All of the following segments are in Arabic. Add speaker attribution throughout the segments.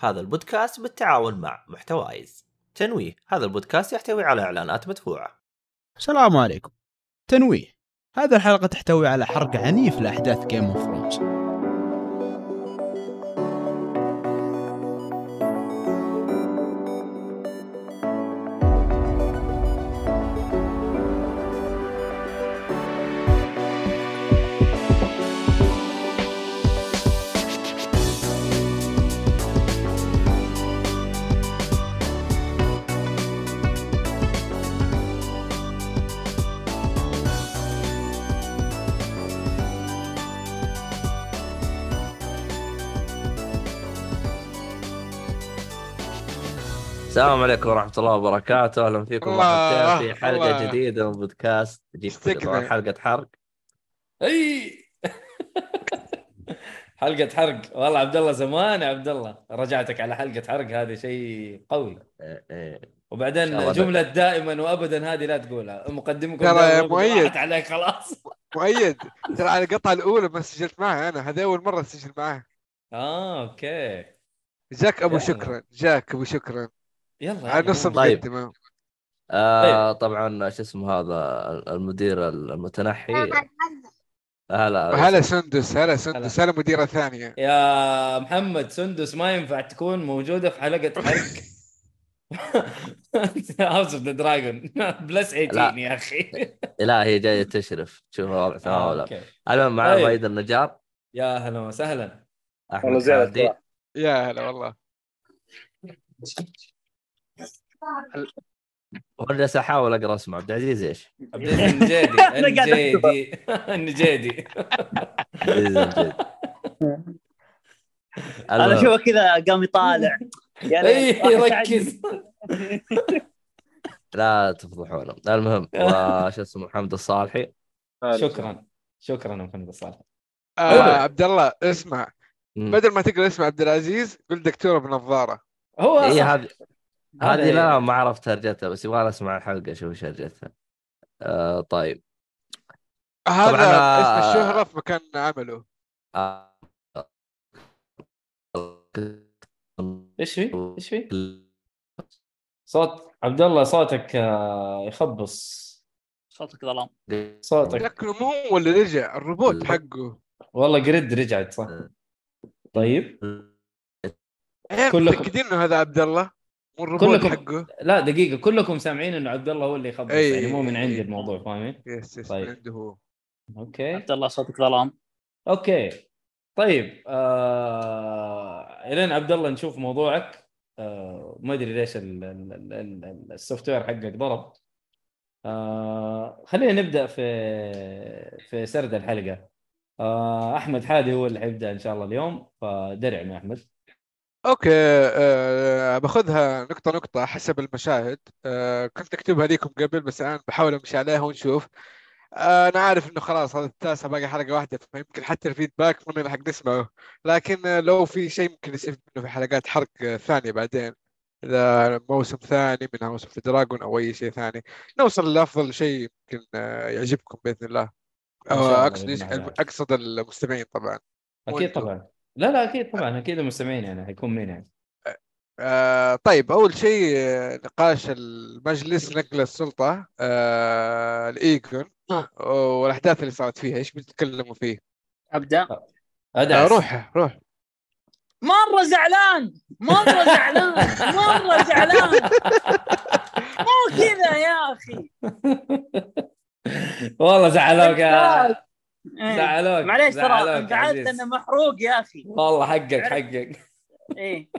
Speaker 1: هذا البودكاست بالتعاون مع محتوايز تنويه هذا البودكاست يحتوي على إعلانات مدفوعة
Speaker 2: السلام عليكم تنويه هذه الحلقة تحتوي على حرق عنيف لأحداث جيم اوف ثرونز
Speaker 1: السلام عليكم ورحمة الله وبركاته أهلا فيكم
Speaker 3: الله،
Speaker 1: مرحبتين في حلقة
Speaker 3: الله.
Speaker 1: جديدة من بودكاست جيت
Speaker 3: استكمل.
Speaker 1: طبعاً حلقة حرق
Speaker 4: اي حلقة حرق والله عبد الله زمان يا عبد الله رجعتك على حلقة حرق هذا شيء قوي
Speaker 1: إيه، إيه. إن شاء الله
Speaker 4: وبعدين
Speaker 1: ده.
Speaker 4: جملة دائما وابدا هذه لا تقولها مقدمكم
Speaker 3: ترى يا
Speaker 4: دائماً وأبداً
Speaker 3: مؤيد.
Speaker 4: راحت عليك خلاص
Speaker 3: مؤيد ترى على القطعه الاولى ما سجلت معها انا هذا اول مره اسجل معاه
Speaker 4: اه اوكي
Speaker 3: جاك ابو
Speaker 4: يلا.
Speaker 3: شكرا جاك ابو شكرا
Speaker 4: يلا
Speaker 3: على نفس
Speaker 1: طيب.
Speaker 3: المقدمه
Speaker 1: آه طبعا شو اسمه هذا المدير المتنحي هلا
Speaker 3: هلا سندس هلا سندس هلا مديره ثانيه
Speaker 4: يا محمد سندس ما ينفع تكون موجودة في حلقة حرق هاوس اوف ذا دراجون بلس 18 يا اخي
Speaker 1: لا هي جاية تشرف شوف وضع
Speaker 4: آه،
Speaker 1: تناوله
Speaker 4: أوكي.
Speaker 1: المهم معنا
Speaker 4: طيب.
Speaker 1: وايد النجار
Speaker 4: يا هلا وسهلا
Speaker 5: والله
Speaker 1: احمد
Speaker 5: زينة
Speaker 1: حادي
Speaker 5: صراحة.
Speaker 3: يا هلا والله
Speaker 1: وانا جالس احاول اقرا اسمه عبد العزيز ايش؟
Speaker 4: عبد العزيز النجيدي النجيدي النجيدي
Speaker 1: عبد العزيز الجديد.
Speaker 6: انا
Speaker 1: المهم،
Speaker 6: اشوفه كذا قام يطالع يا
Speaker 4: اي
Speaker 6: ليت. واحد قاعد-
Speaker 4: إيه، ركز
Speaker 1: لا تفضحونا المهم وش اسمه حمد الصالحي
Speaker 4: شكرا شكرا يا محمد صالح
Speaker 3: آه
Speaker 4: حلو.
Speaker 3: عبد الله اسمع
Speaker 1: مم.
Speaker 3: بدل ما تقرا اسم عبد العزيز قل دكتور بنظاره
Speaker 4: هو
Speaker 1: هي
Speaker 4: صح. إيه.
Speaker 1: هذه إيه، هذه لا ما عرفت هرجتها بس يبغى اسمع الحلقه اشوف ايش هرجتها آه طيب
Speaker 3: هذا
Speaker 1: أنا-
Speaker 3: اسم الشهره في مكان عمله
Speaker 1: آه.
Speaker 4: ايش في؟ ايش في؟ صوت عبد الله صوتك آه، يخبص
Speaker 6: صوتك ظلام
Speaker 4: صوتك.
Speaker 3: شكله مو هو اللي رجع الروبوت
Speaker 1: طيب. لا.
Speaker 3: حقه
Speaker 4: والله جريد رجعت صح
Speaker 1: آه.
Speaker 4: طيب
Speaker 3: إيه،
Speaker 4: كلكم.
Speaker 3: متاكدين انه هذا عبد الله مو الروبوت
Speaker 4: كلكم.
Speaker 3: حقه
Speaker 4: لا دقيقه كلكم سامعين انه عبد الله هو اللي يخبص
Speaker 3: أي.
Speaker 4: يعني مو من عندي الموضوع فاهمين؟
Speaker 3: يس يس
Speaker 4: طيب.
Speaker 3: من عنده هو
Speaker 4: اوكي
Speaker 6: عبد الله صوتك ظلام
Speaker 4: اوكي طيب آه... الين عبد الله نشوف موضوعك آه... ما ادري ليش ال- ال- ال- ال- السوفت وير حقك ضرب آه... خلينا نبدا في في سرد الحلقه آه... احمد حادي هو اللي حيبدا ان شاء الله اليوم فدرع يا احمد
Speaker 3: اوكي آه باخذها نقطة نقطة حسب المشاهد آه كنت اكتبها ليكم قبل بس الان بحاول امشي عليها ونشوف آه انا عارف انه خلاص هذا التاسع باقي حلقة واحدة فيمكن حتى الفيدباك ما نلحق نسمعه لكن آه، لو في شيء ممكن نستفيد منه في حلقات حرق آه، ثانية بعدين اذا موسم ثاني من هاوس اوف دراجون او اي شيء ثاني نوصل لافضل شيء يمكن آه يعجبكم باذن الله
Speaker 4: إن
Speaker 3: أو
Speaker 4: شاء الله
Speaker 3: اقصد
Speaker 4: بإذن الله.
Speaker 3: اقصد المستمعين طبعا
Speaker 4: اكيد
Speaker 3: وأنتم.
Speaker 4: طبعا لا لا اكيد طبعا اكيد المستمعين يعني حيكون مين يعني
Speaker 3: آه طيب أول شيء آه، نقاش المجلس نقل السلطة آه الإيكون
Speaker 6: آه.
Speaker 3: والأحداث اللي صارت فيها إيش بتتكلموا فيه؟
Speaker 6: ابدا
Speaker 3: آه
Speaker 4: ادعس
Speaker 3: روح روح
Speaker 6: مره زعلان مره زعلان مره زعلان مو كذا يا اخي
Speaker 4: والله زعلوك يا-
Speaker 6: إيه.
Speaker 4: زعلوك
Speaker 6: معليش
Speaker 4: زعلوك
Speaker 6: ترى
Speaker 4: يا
Speaker 6: زعلت
Speaker 4: عزيز.
Speaker 6: انه محروق يا اخي
Speaker 4: والله حقك حقك
Speaker 6: ايه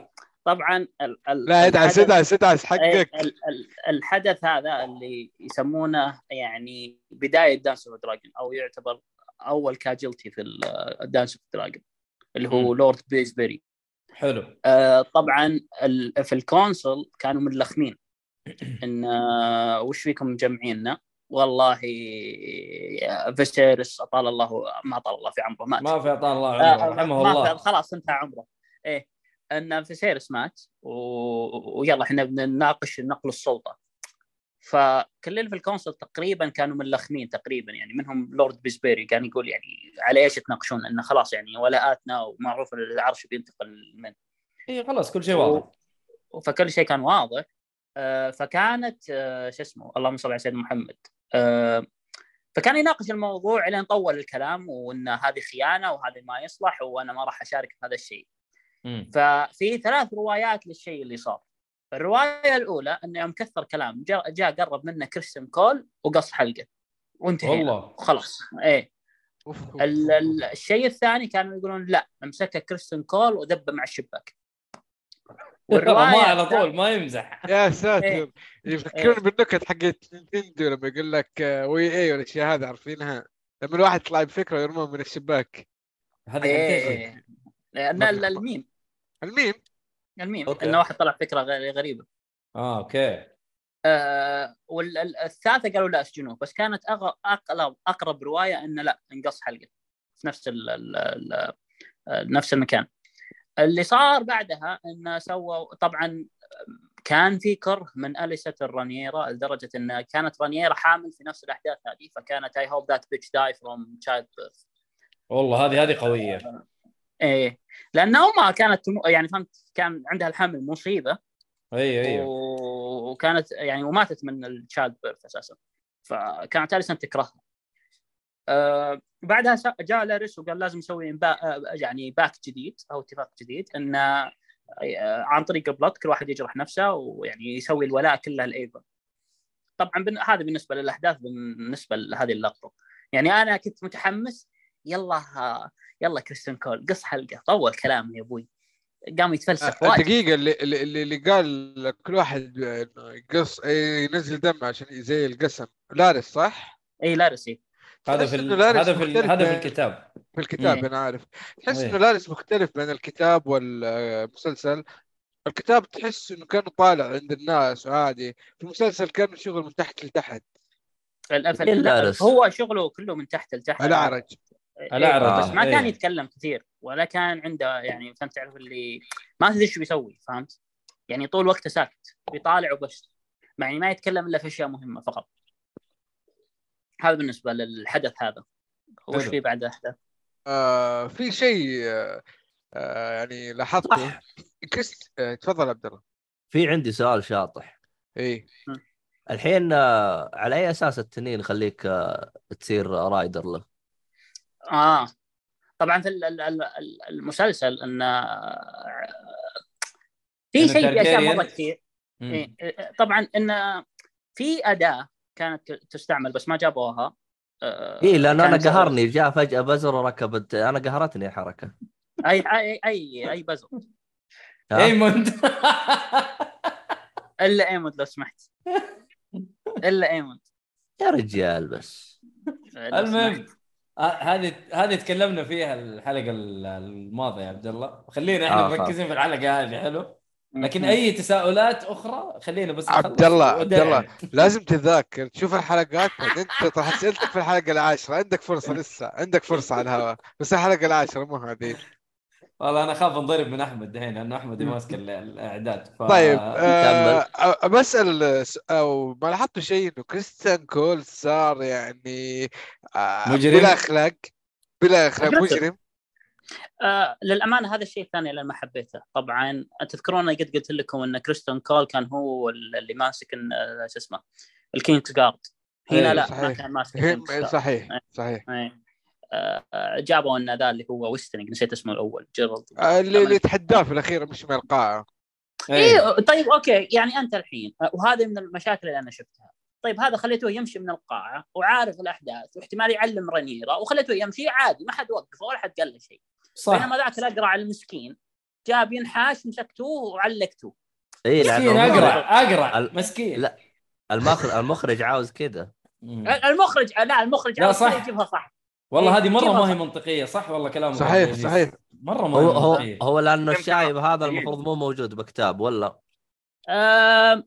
Speaker 6: طبعا ال ال
Speaker 3: لا ادعس
Speaker 6: الحدث-
Speaker 3: ادعس ادعس حقك
Speaker 6: إيه، ال- ال- الحدث هذا اللي يسمونه يعني بدايه دانس اوف دراجون او يعتبر اول كاجلتي في الدانس اوف دراجون اللي هو لورد بيزبري
Speaker 4: حلو
Speaker 6: آه طبعا ال- في الكونسل كانوا ملخمين ان آه وش فيكم مجمعيننا والله فيسيرس اطال الله ما اطال الله في عمره مات
Speaker 4: ما في اعطاه الله
Speaker 6: آه،
Speaker 4: عمره رحمه
Speaker 6: ما
Speaker 4: الله
Speaker 6: في- خلاص انتهى عمره ايه ان فيسيرس مات و... ويلا احنا بنناقش نقل السلطه فكل اللي في الكونسل تقريبا كانوا ملخمين تقريبا يعني منهم لورد بيزبيري كان يقول يعني على ايش تناقشون انه خلاص يعني ولاءاتنا ومعروف العرش بينتقل من
Speaker 4: اي إيه، خلاص كل شيء واضح
Speaker 6: فكل شيء كان واضح آه، فكانت آه، شو اسمه اللهم صل على سيدنا محمد آه، فكان يناقش الموضوع لين طول الكلام وان هذه خيانه وهذه ما يصلح وانا ما راح اشارك في هذا الشيء
Speaker 4: مم.
Speaker 6: ففي ثلاث روايات للشيء اللي صار الروايه الاولى انه يوم كثر كلام جاء, جاء قرب منه كريستن كول وقص حلقه وانتهينا
Speaker 4: والله
Speaker 6: خلاص ايه
Speaker 3: أوف، أوف،
Speaker 6: ال- ال- الشيء الثاني كانوا يقولون لا امسكها كريستن كول ودبه مع الشباك
Speaker 4: والروايه ما على
Speaker 6: الثانية-
Speaker 4: طول ما يمزح
Speaker 3: يا
Speaker 6: إيه.
Speaker 3: ساتر يفكرون بالنكت حقت نينتندو لما يقول لك آه، وي اي والاشياء هذه عارفينها لما الواحد يطلع بفكره ويرموها من الشباك
Speaker 4: هذا
Speaker 6: إيه،
Speaker 4: كان كيف؟
Speaker 6: إيه. لان ال- الميم
Speaker 3: الميم
Speaker 6: الميم
Speaker 4: أوكي.
Speaker 6: انه واحد طلع فكره غ- غريبه
Speaker 4: اه اوكي
Speaker 6: آه والثالثه قالوا لا اسجنوه بس كانت أغ- اقرب اقرب روايه انه لا انقص حلقه في نفس ال ال ال آه، نفس المكان اللي صار بعدها انه سووا طبعا كان في كره من اليسة الرانييرا لدرجه ان كانت رانييرا حامل في نفس الاحداث هذه فكانت اي هوب ذات بيتش داي فروم تشايلد بيرث
Speaker 4: والله هذه هذه قويه
Speaker 6: ايه لانه ما كانت تم- يعني فهمت كان عندها الحمل مصيبه
Speaker 4: ايوه ايوه
Speaker 6: و- وكانت يعني وماتت من التشايلد بيرث اساسا فكانت اليسن تكرهها آه بعدها س- جاء لاريس وقال لازم نسوي إنبا- آه، يعني باك جديد او اتفاق جديد ان آه، عن طريق البلط كل واحد يجرح نفسه ويعني يسوي الولاء كله لايفا طبعا بن... هذا بالنسبه للاحداث بالنسبه لهذه اللقطه يعني انا كنت متحمس يلا آه، يلا كريستن كول قص حلقه طول كلامه يا ابوي قام يتفلسف واجد
Speaker 3: أه، دقيقة آه، اللي اللي اللي قال كل واحد آه، يقص إيه، ينزل دمه عشان زي القسم لارس صح؟
Speaker 6: اي لاريس إيه.
Speaker 4: هذا
Speaker 3: تحس
Speaker 4: في
Speaker 3: إنه
Speaker 4: ال-
Speaker 3: لارس
Speaker 4: هذا في ال-
Speaker 3: مختلف
Speaker 4: هذا
Speaker 3: بين-
Speaker 4: في الكتاب
Speaker 3: في الكتاب
Speaker 6: إيه.
Speaker 3: انا عارف تحس
Speaker 4: إيه.
Speaker 3: انه لارس مختلف بين الكتاب والمسلسل الكتاب تحس انه كان طالع عند الناس وعادي في المسلسل كان شغل من تحت لتحت
Speaker 6: للاسف
Speaker 1: إلا
Speaker 6: لا،
Speaker 1: رس.
Speaker 6: هو شغله كله من تحت لتحت
Speaker 3: العرج
Speaker 6: إيه،
Speaker 4: الأعرج،
Speaker 6: بس ما
Speaker 4: إيه.
Speaker 6: كان يتكلم كثير ولا كان عنده يعني فهمت تعرف اللي ما تدري شو بيسوي فهمت يعني طول وقته ساكت بيطالع وبس مع يعني ما يتكلم الا في اشياء مهمه فقط هذا بالنسبه للحدث هذا وش
Speaker 4: حلو.
Speaker 6: في بعد احداث
Speaker 3: آه في شيء آه آه يعني لاحظته كريست آه تفضل عبد الله
Speaker 1: في عندي سؤال شاطح
Speaker 3: ايه
Speaker 1: الحين آه، على اي اساس التنين يخليك آه، تصير رايدر له؟
Speaker 6: اه طبعا في ال- ال- ال- المسلسل ان في
Speaker 4: إن
Speaker 6: شيء في اشياء
Speaker 4: التارجيريان-
Speaker 6: مره كثير
Speaker 4: مم.
Speaker 6: إيه، إيه، طبعا ان في اداه كانت تستعمل بس ما جابوها آه،
Speaker 4: إيه.
Speaker 1: اي لان انا
Speaker 6: كانت-
Speaker 1: إيه، قهرني جاء فجاه بزر وركبت انا قهرتني الحركه
Speaker 6: اي اي اي اي بزر
Speaker 1: ها؟
Speaker 4: ايموند
Speaker 6: الا ايموند لو سمحت الا ايموند
Speaker 1: يا رجال بس
Speaker 6: لو سمحت.
Speaker 4: المهم ه- هذه هذه تكلمنا فيها الحلقه ال- الماضيه يا عبد الله خلينا احنا
Speaker 1: آه، خلاص.
Speaker 4: مركزين في الحلقه هذه حلو لكن اي تساؤلات اخرى خلينا بس
Speaker 3: عبد
Speaker 4: نخلص
Speaker 3: الله، عبد
Speaker 4: وداعي.
Speaker 3: الله. لازم تتذاكر تشوف الحلقات بعدين تطرح اسئلتك في الحلقه العاشره عندك فرصه لسه عندك فرصه على الهواء بس الحلقه العاشره مو هذه
Speaker 4: والله انا خاف انضرب من احمد دحين لانه احمد ماسك ال- الاعداد ف...
Speaker 3: طيب آه آه، بسال س- او ما لاحظت شيء انه كريستيان كول صار يعني آه
Speaker 4: مجرم.
Speaker 3: بلا اخلاق بلا اخلاق
Speaker 6: Aggressive.
Speaker 3: مجرم
Speaker 6: آه، للامانه هذا الشيء الثاني اللي أنا ما حبيته طبعا تذكرون أنا قد قلت لكم ان كريستون كول كان هو اللي ماسك إن- آه، شو اسمه الكينجز جارد
Speaker 4: إيه،
Speaker 6: هنا لا ما
Speaker 3: صحيح.
Speaker 6: كان ماسك
Speaker 3: هم-
Speaker 6: الكينجز جارد
Speaker 3: صحيح صحيح
Speaker 6: إيه. آه، آه، جابوا ان ذا اللي هو ويستنج نسيت اسمه الاول جيرالد
Speaker 3: آه، اللي اللي تحداه في الاخير مش من القاعه
Speaker 4: إيه.
Speaker 6: ايه طيب اوكي يعني انت الحين وهذه من المشاكل اللي انا شفتها طيب هذا خليته يمشي من القاعه وعارف الاحداث واحتمال يعلم رنيرا وخليته يمشي عادي ما حد وقفه ولا حد قال له شيء
Speaker 4: صح
Speaker 6: بينما ذاك الاقرع المسكين جاب ينحاش مسكتوه وعلقتوه
Speaker 1: اي
Speaker 4: مسكين
Speaker 1: لانه
Speaker 4: اقرع
Speaker 1: إيه، المخرج-
Speaker 4: اقرع
Speaker 1: ال-
Speaker 4: مسكين
Speaker 1: لا. المخرج المخرج عاوز كده
Speaker 4: مم.
Speaker 6: المخرج لا المخرج
Speaker 4: لا،
Speaker 6: عارف
Speaker 4: صح.
Speaker 6: كيف يجيبها صح
Speaker 4: والله هذه مره
Speaker 6: كيف
Speaker 4: ما هي منطقيه صح والله كلامك عبد
Speaker 3: صحيح
Speaker 4: العزيز.
Speaker 3: صحيح
Speaker 4: مره ما هي
Speaker 1: هو هو
Speaker 4: منطقيه
Speaker 1: هو لانه
Speaker 6: يمكن
Speaker 1: الشايب هذا
Speaker 6: أفضل.
Speaker 1: المفروض مو موجود بكتاب ولا
Speaker 6: آم،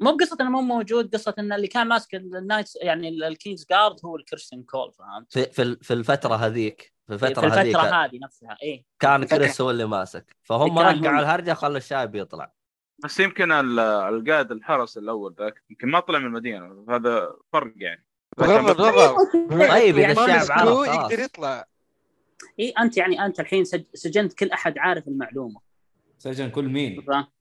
Speaker 6: مو بقصه انه مو موجود قصه ان اللي كان ماسك النايتس يعني الكينجز جارد هو الكريستن كول فهمت؟
Speaker 1: في في ال- في الفتره هذيك في الفتره
Speaker 6: إيه، في
Speaker 1: هذيك
Speaker 6: الفتره هذه نفسها ايه
Speaker 1: كان
Speaker 6: الفترة-
Speaker 1: كريس هو اللي ماسك فهم
Speaker 6: كان
Speaker 1: رقعوا
Speaker 6: هم.
Speaker 1: الهرجه خلوا الشايب يطلع
Speaker 5: بس يمكن ال- القائد الحرس الاول ذاك يمكن ما طلع من المدينه هذا فرق يعني
Speaker 3: بغض النظر بما
Speaker 1: طيب،
Speaker 6: يعني
Speaker 3: إنه
Speaker 1: إذا
Speaker 3: ما
Speaker 1: الشعب عرف،
Speaker 3: مسكوه
Speaker 1: خلاص.
Speaker 3: يقدر يطلع
Speaker 6: اي انت يعني انت الحين سج- سجنت كل احد عارف المعلومه
Speaker 4: سجن كل مين؟
Speaker 6: ف-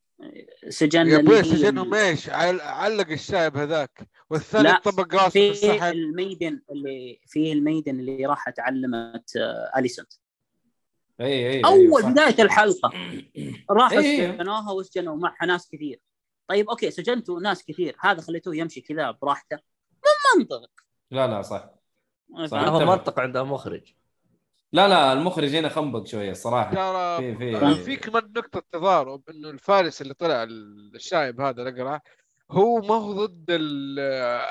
Speaker 6: سجن
Speaker 3: يا
Speaker 6: اللي هي
Speaker 3: ابوي سجنهم إيه؟ ايش؟ عل- علق الشايب هذاك والثاني
Speaker 6: لا،
Speaker 3: طبق راسه في
Speaker 6: في
Speaker 3: الصحن
Speaker 6: الميدن اللي في الميدن اللي راحت علمت آه، اليسنت
Speaker 4: اي اي
Speaker 6: اول بدايه الحلقه راحوا
Speaker 4: أيوة، إيه.
Speaker 6: سجنوها وسجنوا معها ناس كثير طيب اوكي سجنتوا ناس كثير هذا خليتوه يمشي كذا براحته مو منطق
Speaker 4: لا لا صح
Speaker 6: آه،
Speaker 4: صح.
Speaker 1: هو منطق عنده مخرج
Speaker 4: لا لا المخرج هنا خنبق شويه الصراحه
Speaker 3: ترى
Speaker 4: في في
Speaker 3: آه، في كمان نقطة تضارب انه الفارس اللي طلع الشايب هذا الاقرع هو ما هو ضد ال-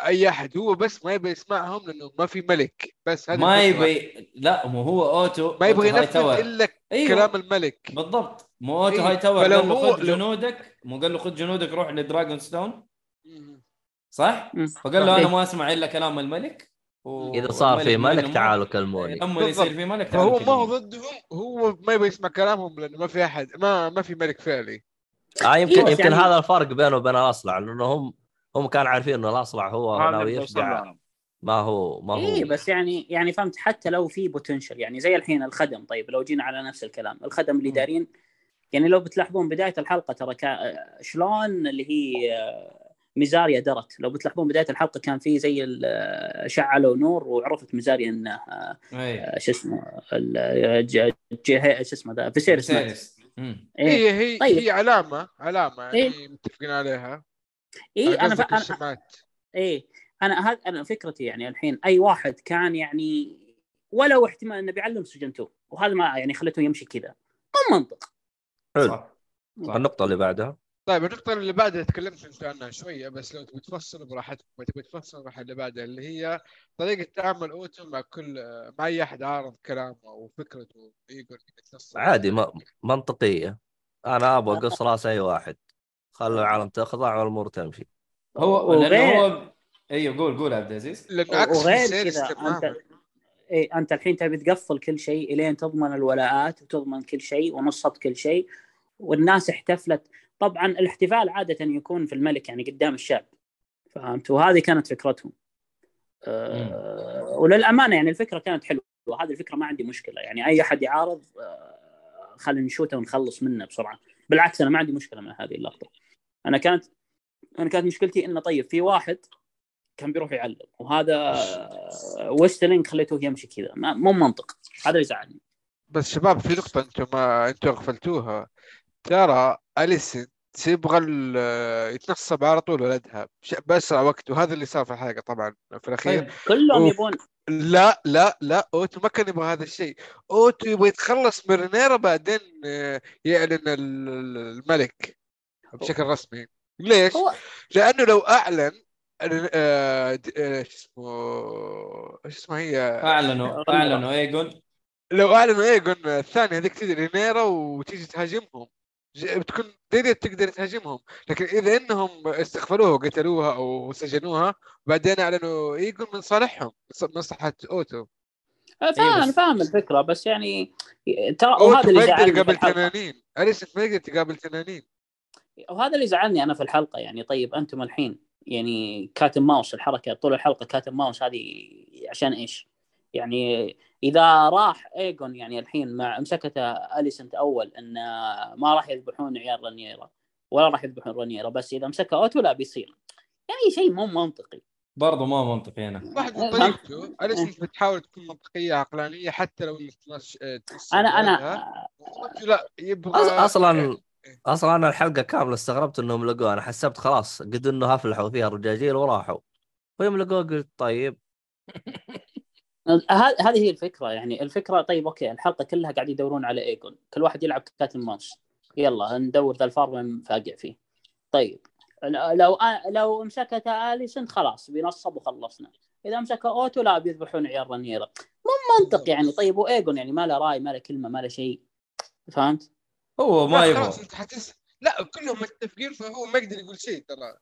Speaker 3: اي احد هو بس ما يبي يسمعهم لانه ما في ملك بس هذه
Speaker 4: ما
Speaker 3: الفكرة.
Speaker 4: يبي لا مو هو اوتو
Speaker 3: ما يبغى
Speaker 4: أوتو هاي
Speaker 3: ينفذ
Speaker 4: تاور.
Speaker 3: الا
Speaker 4: أيوه.
Speaker 3: كلام الملك
Speaker 4: بالضبط مو اوتو
Speaker 3: إيه،
Speaker 4: هاي تاور
Speaker 3: فلو
Speaker 4: قال له
Speaker 3: هو-
Speaker 4: خذ
Speaker 3: لو-
Speaker 4: جنودك مو قال له خذ جنودك روح لدراجون ستون
Speaker 3: مم.
Speaker 4: صح؟
Speaker 6: مم.
Speaker 4: فقال له انا
Speaker 6: إيه.
Speaker 4: ما اسمع الا كلام الملك و-
Speaker 1: اذا صار في
Speaker 4: والملك بما إنه
Speaker 1: ملك تعالوا
Speaker 4: ملك-
Speaker 6: طيب.
Speaker 1: كلموني
Speaker 4: لما
Speaker 3: بالضبط.
Speaker 4: يصير في ملك تعالوا
Speaker 3: فهو ما هو
Speaker 4: كلموني.
Speaker 3: ضدهم هو ما يبغى يسمع كلامهم لانه ما في احد ما ما في ملك فعلي
Speaker 1: آه يمكن
Speaker 6: إيه، بس
Speaker 1: يمكن
Speaker 6: يعني-
Speaker 1: هذا الفرق بينه وبين الاصلع لانه هم هم كانوا عارفين انه الاصلع هو
Speaker 5: هذا
Speaker 1: ناوي
Speaker 5: اللي وصل
Speaker 1: يفقع
Speaker 5: لهم.
Speaker 1: ما هو ما هو
Speaker 6: اي بس يعني يعني فهمت حتى لو في بوتنشل يعني زي الحين الخدم طيب لو جينا على نفس الكلام الخدم اللي دارين يعني لو بتلاحظون بدايه الحلقه ترى كا شلون اللي هي آه، ميزاريا درت لو بتلاحظون بدايه الحلقه كان في زي ال- آه، شعلوا نور وعرفت ميزاريا انه آه،
Speaker 4: إيه.
Speaker 6: آه، شو اسمه ال- آه، ج- ج- شو اسمه ذا فيسيرس مات.
Speaker 4: سيريس. مم.
Speaker 6: إيه.
Speaker 3: هي هي
Speaker 6: طيب.
Speaker 3: هي علامة علامة يعني
Speaker 6: إيه.
Speaker 3: متفقين عليها
Speaker 6: اي انا
Speaker 3: قصدك
Speaker 6: إيه، ف- انا
Speaker 3: الشمات
Speaker 6: ايه انا هذا انا فكرتي يعني الحين اي واحد كان يعني ولو احتمال انه بيعلم سجنته وهذا ما يعني خليته يمشي كذا مو منطق
Speaker 1: حلو.
Speaker 4: صح. صح.
Speaker 1: النقطه اللي بعدها
Speaker 3: طيب النقطة اللي بعدها تكلمت انت عنها شوية بس لو تبي تفصل براحتك ما تبي تفصل راح اللي بعدها اللي هي طريقة تعامل اوتو مع كل مع اي احد عارض كلامه وفكرته يقول يتنصر.
Speaker 1: عادي ما منطقيه انا
Speaker 6: آه.
Speaker 1: ابغى اقص راس اي واحد خلوا العالم تخضع والامور تمشي
Speaker 4: هو
Speaker 6: وغير-
Speaker 4: لانه هو ايوه قول قول عبد العزيز
Speaker 3: لانه عكس
Speaker 6: وغير
Speaker 3: فيسيرس
Speaker 6: كذا
Speaker 3: تماماً.
Speaker 6: انت ايه انت الحين تبي تقفل كل شيء الين تضمن الولاءات وتضمن كل شيء ونصت كل شيء والناس احتفلت طبعا الاحتفال عاده يكون في الملك يعني قدام الشعب فهمت وهذه كانت فكرتهم أه وللامانه يعني الفكره كانت حلوه وهذه الفكره ما عندي مشكله يعني اي احد يعارض أه خلينا نشوته ونخلص منه بسرعه بالعكس انا ما عندي مشكله مع هذه اللقطه انا كانت انا كانت مشكلتي انه طيب في واحد كان بيروح يعلم وهذا ويسترلينج خليته يمشي كذا ما- مو منطق هذا اللي زعلني
Speaker 3: بس شباب في نقطة انتم ما انتم غفلتوها ترى اليسن تبغى ال- يتنصب على طول ولدها بش- بأسرع وقت وهذا اللي صار في الحلقة طبعا في الأخير
Speaker 4: طيب
Speaker 6: كلهم
Speaker 3: أوف.
Speaker 6: يبون
Speaker 3: لا لا لا اوتو ما كان يبغى هذا الشيء اوتو يبغى يتخلص من رينيرا بعدين آه، يعلن ال- ال- الملك بشكل رسمي ليش؟
Speaker 6: هو-
Speaker 3: لانه لو اعلن آه، د- آه، شو اسمه شو اسمها هي آه،
Speaker 4: اعلنوا اعلنوا ايجون
Speaker 3: لو اعلنوا ايجون الثاني هذيك تجي رينيرا وتيجي تهاجمهم ج- بتكون ديدي تقدر تهاجمهم لكن اذا انهم استغفلوها وقتلوها او سجنوها بعدين اعلنوا ايجون من صالحهم من ص- من مصلحه اوتو
Speaker 4: إيه
Speaker 6: فاهم
Speaker 4: بس-
Speaker 6: فاهم الفكره بس يعني ترى وهذا
Speaker 3: اوتو
Speaker 6: اللي
Speaker 3: ما يقدر
Speaker 6: زعلني في
Speaker 3: يقابل
Speaker 6: الحلقه
Speaker 3: تنانين اليس ما يقدر تقابل تنانين
Speaker 6: وهذا اللي زعلني انا في الحلقه يعني طيب انتم الحين يعني كاتب ماوس الحركه طول الحلقه كاتب ماوس هذه عشان ايش؟ يعني اذا راح ايجون يعني الحين مع مسكته اليسنت اول ان ما راح يذبحون عيال رنيرا ولا راح يذبحون رنيرا بس اذا مسكها اوتو لا بيصير يعني شيء مو منطقي
Speaker 4: برضه ما منطقي هنا
Speaker 3: واحد من
Speaker 6: فهمت؟
Speaker 3: طريقته اليس بتحاول تكون منطقيه عقلانيه حتى لو آه، انك تنص- تنص-
Speaker 6: انا انا
Speaker 3: تنص- أوتو لا
Speaker 6: آه،
Speaker 3: يبغى
Speaker 1: أص- اصلا اصلا انا الحلقه كامله استغربت انهم لقوه انا حسبت خلاص قد انه افلحوا فيها الرجاجيل وراحوا فيوم لقوه قلت طيب
Speaker 6: ه- هذه هي الفكره يعني الفكره طيب اوكي الحلقه كلها قاعد يدورون على ايجون كل واحد يلعب كاتل ماوس يلا ندور ذا الفار وين نفاقع فيه طيب ل- لو آ- لو مسكته اليسنت خلاص بينصب وخلصنا اذا مسكه اوتو لا بيذبحون عيال رنيرا مو منطق يعني طيب وايجون يعني ما له راي ما له كلمه ما له شيء فهمت؟
Speaker 4: هو ما
Speaker 3: لا،
Speaker 4: يبغى
Speaker 3: خلاص انت حتس لا كلهم متفقين فهو ما يقدر يقول شيء ترى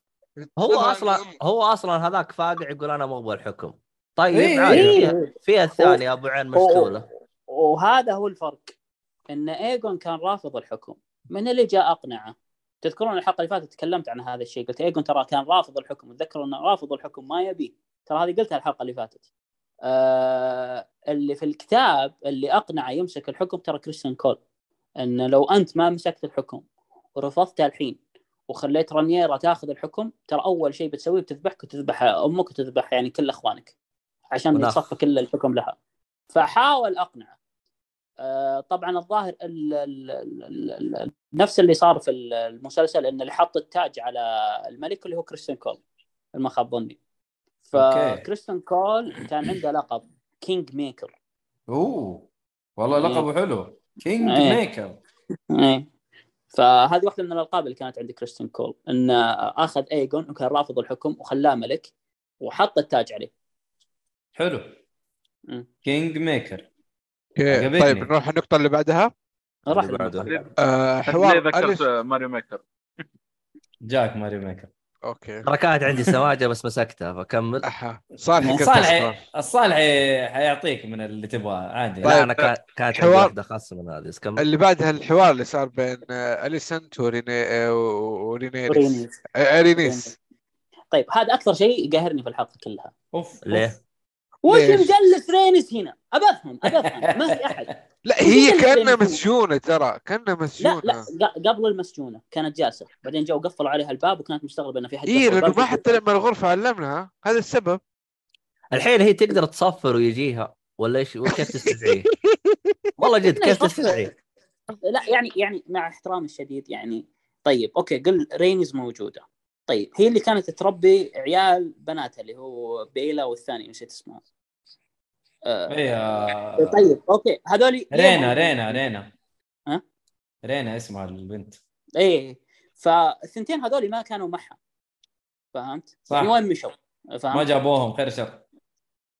Speaker 1: هو
Speaker 3: طبعاً
Speaker 1: اصلا
Speaker 3: هم-
Speaker 1: هو اصلا هذاك فاقع يقول انا ما ابغى الحكم طيب
Speaker 4: إيه،
Speaker 1: عادي
Speaker 6: إيه.
Speaker 1: فيها الثاني ابو عين مشتوله
Speaker 6: وهذا هو الفرق ان ايجون كان رافض الحكم من اللي جاء اقنعه تذكرون الحلقه اللي فاتت تكلمت عن هذا الشيء قلت ايجون ترى كان رافض الحكم تذكروا انه رافض الحكم ما يبي ترى هذه قلتها الحلقه اللي فاتت آه اللي في الكتاب اللي اقنعه يمسك الحكم ترى كريستيان كول ان لو انت ما مسكت الحكم ورفضته الحين وخليت رانييرا تاخذ الحكم ترى اول شيء بتسويه بتذبحك وتذبح امك وتذبح يعني كل اخوانك عشان
Speaker 1: وناخ.
Speaker 6: يتصفى كل الحكم لها فحاول اقنعه آه، طبعا الظاهر ال ال ال ال ال نفس اللي صار في ال- المسلسل ان اللي حط التاج على الملك اللي هو كريستن كول إن ما خاب ظني
Speaker 4: أوكي.
Speaker 6: فكريستن كول كان عنده لقب كينج ميكر
Speaker 4: اوه والله
Speaker 6: إيه.
Speaker 4: لقبه حلو كينج
Speaker 6: إيه.
Speaker 4: ميكر
Speaker 6: ايه فهذه واحده من الالقاب اللي كانت عند كريستن كول انه اخذ ايجون وكان رافض الحكم وخلاه ملك وحط التاج عليه
Speaker 4: حلو
Speaker 6: مم.
Speaker 4: كينج ميكر
Speaker 3: اوكي
Speaker 4: عجبتني.
Speaker 3: طيب نروح النقطة اللي بعدها
Speaker 6: راح
Speaker 1: اللي بعده.
Speaker 6: للمرة الجاية.
Speaker 3: آه
Speaker 5: ليه
Speaker 3: حوار
Speaker 5: ذكرت
Speaker 3: أليس
Speaker 5: ماريو ميكر
Speaker 4: جاك ماري ميكر
Speaker 3: اوكي
Speaker 1: ترى كانت عندي سماجه بس مسكتها فكمل
Speaker 3: أحا صالح كيف
Speaker 4: الصالح
Speaker 3: تصفى؟
Speaker 4: الصالح حيعطيك من اللي تبغاه عادي
Speaker 1: لا
Speaker 3: طيب.
Speaker 1: انا يعني كا- كانت عندي
Speaker 3: حوار.
Speaker 1: واحده خاصه من هذه بس كمل
Speaker 3: اللي بعدها الحوار اللي صار بين آه، اليسنت وريني آه، ورينيريس
Speaker 6: ورينيس.
Speaker 3: آه، ارينيس
Speaker 6: طيب هذا اكثر شيء قاهرني في الحلقه كلها
Speaker 4: اوف
Speaker 1: ليه؟
Speaker 6: وش
Speaker 3: ليش؟
Speaker 6: مجلس رينيس هنا؟ ابفهم ابفهم ما في احد
Speaker 3: لا هي
Speaker 6: اللي
Speaker 3: كأنها
Speaker 6: بينهم.
Speaker 3: مسجونة ترى كأنها
Speaker 6: لا لا
Speaker 3: مسجونة
Speaker 6: ق- قبل المسجونه كانت جالسه بعدين جو قفلوا عليها الباب وكانت مستغربه انه في حد
Speaker 3: اي
Speaker 6: قفل
Speaker 3: إيه، لأنه
Speaker 6: الباب.
Speaker 3: ما حتى لما الغرفة علمنا هذا السبب
Speaker 1: الحين هي تقدر تصفر ويجيها ولا ايش كيف تستدعيه؟ والله جد كيف تستدعيه؟
Speaker 6: لا يعني يعني مع احترامي الشديد يعني طيب اوكي قل رينيز موجوده طيب هي اللي كانت تربي عيال بناتها اللي هو بيلا والثاني نسيت اسمها آه
Speaker 4: إيه، آه،
Speaker 6: طيب اوكي هذول
Speaker 4: رينا رينا رينا
Speaker 6: ها؟
Speaker 4: رينا اسمها البنت
Speaker 6: ايه فالثنتين هذول ما كانوا معها فهمت؟
Speaker 4: صح.
Speaker 6: يعني وين مشوا؟
Speaker 4: ما
Speaker 6: فهمت؟
Speaker 4: جابوهم خير شر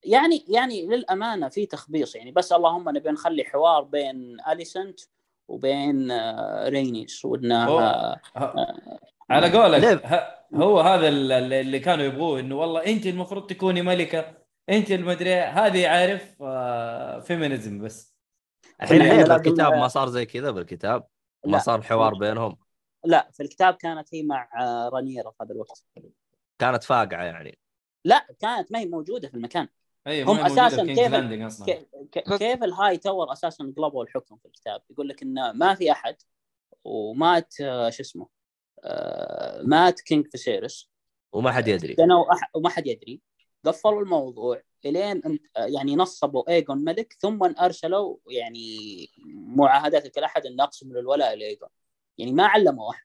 Speaker 6: يعني يعني للامانه في تخبيص يعني بس اللهم نبي نخلي حوار بين اليسنت وبين آه، رينيس وانها
Speaker 4: ه-
Speaker 6: آه.
Speaker 4: على قولك
Speaker 1: ليه؟
Speaker 4: ه- هو هذا ال- ال- اللي كانوا يبغوه انه والله انت المفروض تكوني ملكه انت المدري إيه. هذه عارف فيمينيزم بس
Speaker 1: الحين
Speaker 6: إحنا
Speaker 1: ليه
Speaker 6: لازم-
Speaker 1: بالكتاب ما صار زي كذا بالكتاب ما
Speaker 6: لا.
Speaker 1: صار حوار بينهم
Speaker 6: لا في الكتاب كانت هي مع آه، رانيرا في هذا الوقت
Speaker 1: كانت فاقعه يعني
Speaker 6: لا كانت ما هي موجوده في المكان
Speaker 4: اي
Speaker 6: هم
Speaker 4: هم
Speaker 6: أساساً
Speaker 4: اساسا
Speaker 6: كيف- إيه،
Speaker 4: كيف لاندنج اصلا
Speaker 6: ك- ك- كيف الهاي تاور اساسا قلبوا الحكم في الكتاب يقول لك انه ما في احد ومات آه، شو اسمه آه، مات كينج فيسيرس
Speaker 1: وما حد يدري
Speaker 6: كانوا أح- وما حد يدري قفلوا الموضوع الين أن- يعني نصبوا ايجون ملك ثم ارسلوا يعني معاهدات لكل احد ان اقسم للولاء لايجون يعني ما علموا احد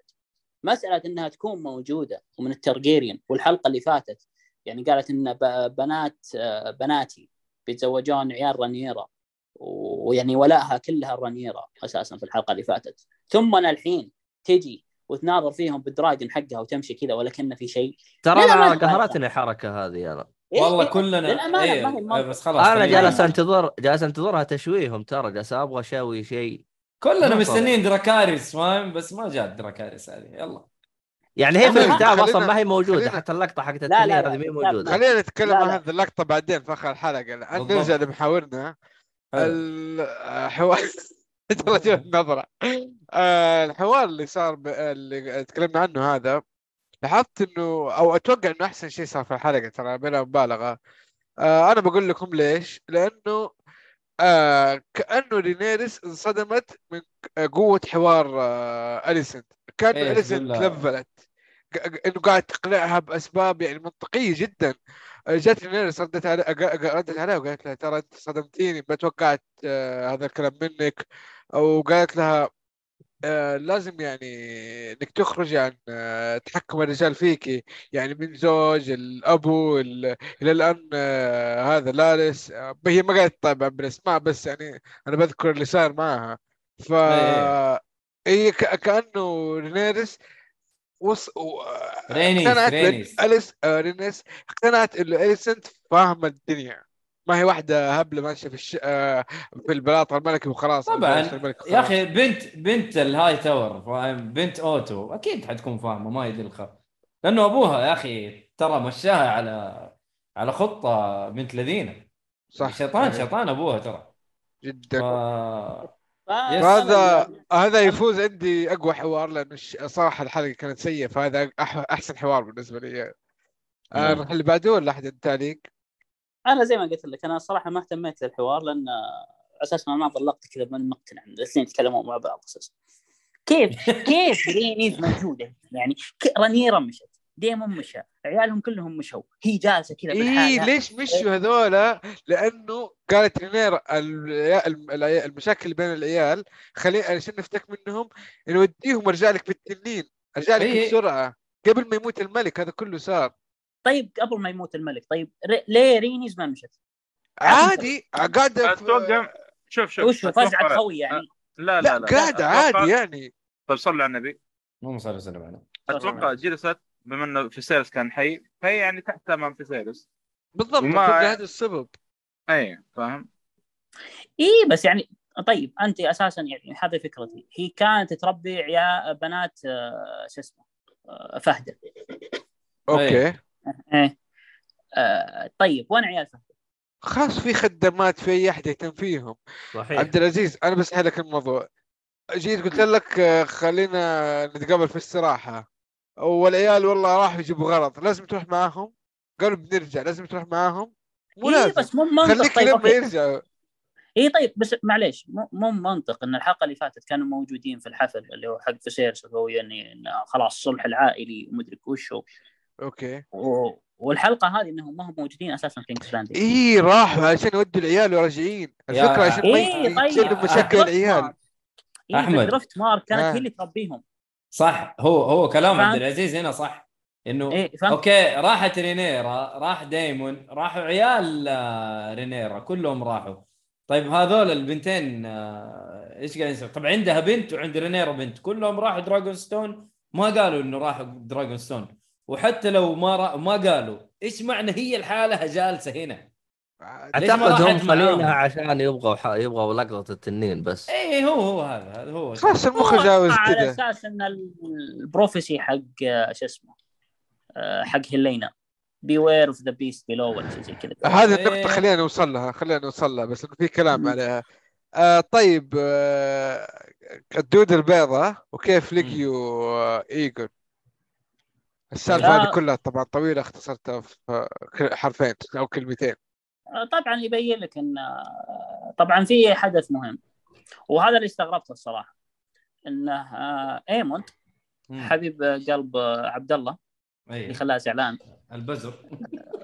Speaker 6: مساله انها تكون موجوده ومن الترجيريان والحلقه اللي فاتت يعني قالت ان ب- بنات آه، بناتي بيتزوجون عيال رانيرا و- ويعني ولائها كلها رانيرا اساسا في الحلقه اللي فاتت ثم الحين تجي وتناظر فيهم بالدراجن حقها وتمشي كذا ولا كنا في شيء
Speaker 1: ترى
Speaker 6: لا، لا، ما
Speaker 1: انا
Speaker 6: تبغى
Speaker 1: قهرتني الحركه هذه انا
Speaker 6: إيه،
Speaker 4: والله
Speaker 6: إيه،
Speaker 4: كلنا
Speaker 6: للامانه
Speaker 4: إيه،
Speaker 6: ما هي منطقة.
Speaker 4: بس خلاص
Speaker 1: انا
Speaker 4: خلينا-
Speaker 1: جالس انتظر جالس انتظرها تشويهم ترى جالس ابغى اسوي شيء
Speaker 4: كلنا
Speaker 1: ما
Speaker 4: مستنيين دراكاريس فاهم بس ما جات دراكاريس هذه يلا
Speaker 1: يعني هي في
Speaker 6: خلينا-
Speaker 1: الكتاب اصلا
Speaker 3: خلينا-
Speaker 1: ما هي موجوده
Speaker 3: خلينا-
Speaker 1: حتى اللقطه حقت
Speaker 6: لا،
Speaker 1: التنين
Speaker 6: لا،
Speaker 1: هذه ما هي
Speaker 6: لا،
Speaker 1: موجوده
Speaker 3: خلينا نتكلم
Speaker 6: لا،
Speaker 3: عن
Speaker 6: لا.
Speaker 3: هذه اللقطة بعدين في آخر الحلقة الآن
Speaker 4: بالضبط.
Speaker 3: نرجع لمحاورنا
Speaker 4: حلو.
Speaker 3: ال- حوار ترى شوف النظرة آه، الحوار اللي صار ب... اللي تكلمنا عنه هذا لاحظت انه او اتوقع انه احسن شيء صار في الحلقة ترى بلا مبالغة آه، انا بقول لكم ليش لانه آه، كانه رينيريس انصدمت من ك- قوة حوار آه، اليسنت كانه
Speaker 4: إيه،
Speaker 3: اليسنت
Speaker 4: تقول لها-
Speaker 3: تلفلت ق- ق- انه قاعد تقنعها باسباب يعني منطقيه جدا جت رينيرس ردت علي ق- ق- ردت عليها وقالت لها ترى انت صدمتيني ما توقعت آه، هذا الكلام منك وقالت لها آه، لازم يعني انك تخرجي عن آه، تحكم الرجال فيكي يعني من زوج الابو ال- الى الان آه، هذا لارس آه، هي ما قالت طيب عن بالاسماء بس يعني انا بذكر اللي صار معها ف
Speaker 4: إيه.
Speaker 3: هي ك- كانه رينيرس وص... و...
Speaker 4: رينيس،
Speaker 3: اقتنعت بأن
Speaker 4: رينيس.
Speaker 3: أليس... آه، رينيس اقتنعت انه اليسنت فاهمه الدنيا ما هي واحده هبله ماشيه في الش... آه، في البلاطه الملكي وخلاص أو
Speaker 4: طبعاً.
Speaker 3: في الملك
Speaker 4: يا
Speaker 3: وخلاص.
Speaker 4: اخي بنت بنت الهاي تاور فاهم بنت اوتو اكيد حتكون فاهمه ما يدري الخير لانه ابوها يا اخي ترى مشاها على على خطه بنت لذينه
Speaker 3: صح
Speaker 4: شيطان
Speaker 3: يعني
Speaker 4: شيطان ابوها ترى ف...
Speaker 3: جدا
Speaker 6: ف-
Speaker 3: هذا هذا يفوز عندي اقوى حوار لانه الش- صراحه الحلقه كانت سيئه فهذا أح... احسن حوار بالنسبه لي يعني. آه،
Speaker 1: مم.
Speaker 3: نروح اللي بعده ولا احد تعليق؟
Speaker 6: انا زي ما قلت لك انا صراحه ما اهتميت للحوار لان اساسا انا ما ظلقت كذا ماني مقتنع الاثنين يتكلموا مع بعض اساسا كيف كيف جرين ايف موجوده يعني ك- رانيرا مشت ديمون مشى عيالهم كلهم مشوا هي جالسه كذا
Speaker 3: اي
Speaker 6: بالحالة
Speaker 3: إيه، ليش مشوا هذولا؟ لانه قالت رينير ال- ال- ال- المشاكل اللي بين العيال خلي عشان نفتك منهم نوديهم ارجع لك بالتنين ارجع لك
Speaker 4: إي إي.
Speaker 3: بسرعه قبل ما يموت الملك هذا كله صار
Speaker 6: طيب قبل ما يموت الملك طيب ري... ليه رينيز ما مشت؟
Speaker 3: عادي قاعده في-
Speaker 5: اتوقع شوف شوف
Speaker 6: وش فزعه
Speaker 5: أتوقع-
Speaker 6: خوي يعني
Speaker 5: لا لا
Speaker 3: آه، لا
Speaker 5: لا
Speaker 3: قاعده
Speaker 5: أتوقع-
Speaker 3: عادي يعني
Speaker 5: طيب صلوا على النبي
Speaker 4: اللهم صل وسلم عليه
Speaker 5: اتوقع جلست بما انه فيسيرس كان حي فهي يعني تحت امام فيسيرس
Speaker 3: بالضبط
Speaker 5: وما-
Speaker 3: أتوقع هذا السبب
Speaker 5: اي فاهم
Speaker 6: اي بس يعني طيب انت اساسا يعني هذه فكرتي هي كانت تربي عيا بنات آه، شو اسمه آه، فهده
Speaker 3: اوكي
Speaker 6: إيه. آه، طيب وانا عيال فهده
Speaker 3: خاص في خدمات في اي احد يهتم فيهم
Speaker 6: إيه.
Speaker 1: صحيح
Speaker 3: عبد العزيز انا بسهل لك الموضوع جيت قلت لك آه، خلينا نتقابل في استراحه والعيال والله راحوا يجيبوا غرض لازم تروح معاهم قالوا بنرجع لازم تروح معاهم مو
Speaker 6: اي
Speaker 3: لازم
Speaker 6: إيه، بس مو منطق
Speaker 3: خليك
Speaker 6: طيب
Speaker 3: لما
Speaker 6: اوكي
Speaker 3: يرجعوا
Speaker 6: اي طيب بس معليش مو- مو منطق ان الحلقه اللي فاتت كانوا موجودين في الحفل اللي هو حق فسيرس هو يعني إنه خلاص الصلح العائلي ومدري وش هو.
Speaker 3: اوكي
Speaker 6: و- والحلقه هذه انهم ما هم موجودين اساسا في كينجز
Speaker 3: اي إيه، راحوا عشان يودوا العيال وراجعين الفكره عشان ما
Speaker 6: اي
Speaker 3: ي-
Speaker 6: طيب
Speaker 3: يتجنبوا مشاكل
Speaker 6: درفت
Speaker 3: العيال
Speaker 6: مارك. إيه، بس
Speaker 4: أحمد.
Speaker 6: درفت مارك كانت
Speaker 3: آه.
Speaker 6: هي اللي تربيهم
Speaker 4: صح هو هو كلام
Speaker 6: فهمت؟ إيه.
Speaker 4: عبد العزيز هنا صح انه
Speaker 6: اي فهمت
Speaker 4: اوكي راحت رينيرا راح دايمون راحوا عيال آه، رينيرا كلهم راحوا طيب هذول البنتين آه، ايش قاعد يصير؟ طب عندها بنت وعند رينيرا بنت كلهم راحوا دراجون ستون ما قالوا انه راحوا دراجون ستون وحتى لو ما را... ما قالوا ايش معنى هي الحاله جالسه هنا؟ ليش ما
Speaker 1: اعتقد هم
Speaker 4: راحت معاهم؟
Speaker 1: خلينها عشان يبغوا ح... يبغوا لقطه التنين بس
Speaker 4: اي إيه، هو هو هذا هذا هو
Speaker 3: خلاص
Speaker 6: هو
Speaker 3: المخرج عاوز
Speaker 6: على
Speaker 3: كذا
Speaker 6: اساس ان البروفيسي حق آه، شو اسمه آه، حق هيلينا بيوير اوف ذا بيست بيلو ولا شيء زي كذا
Speaker 3: هذه
Speaker 4: إيه.
Speaker 3: النقطه خلينا نوصل لها خلينا نوصل لها بس إنه في كلام
Speaker 6: مم.
Speaker 3: عليها آه طيب آه الدود البيضاء وكيف لقيوا آه ايجون السالفه
Speaker 6: لا.
Speaker 3: هذه كلها طبعا طويله اختصرتها في آه، حرفين او كلمتين
Speaker 6: آه، طبعا يبين لك ان آه، طبعا في حدث مهم وهذا اللي استغربته الصراحه انه آه، ايمون
Speaker 4: مم.
Speaker 6: حبيب قلب آه، عبد الله
Speaker 4: أي.
Speaker 6: اللي خلاه زعلان
Speaker 4: إيه، البزر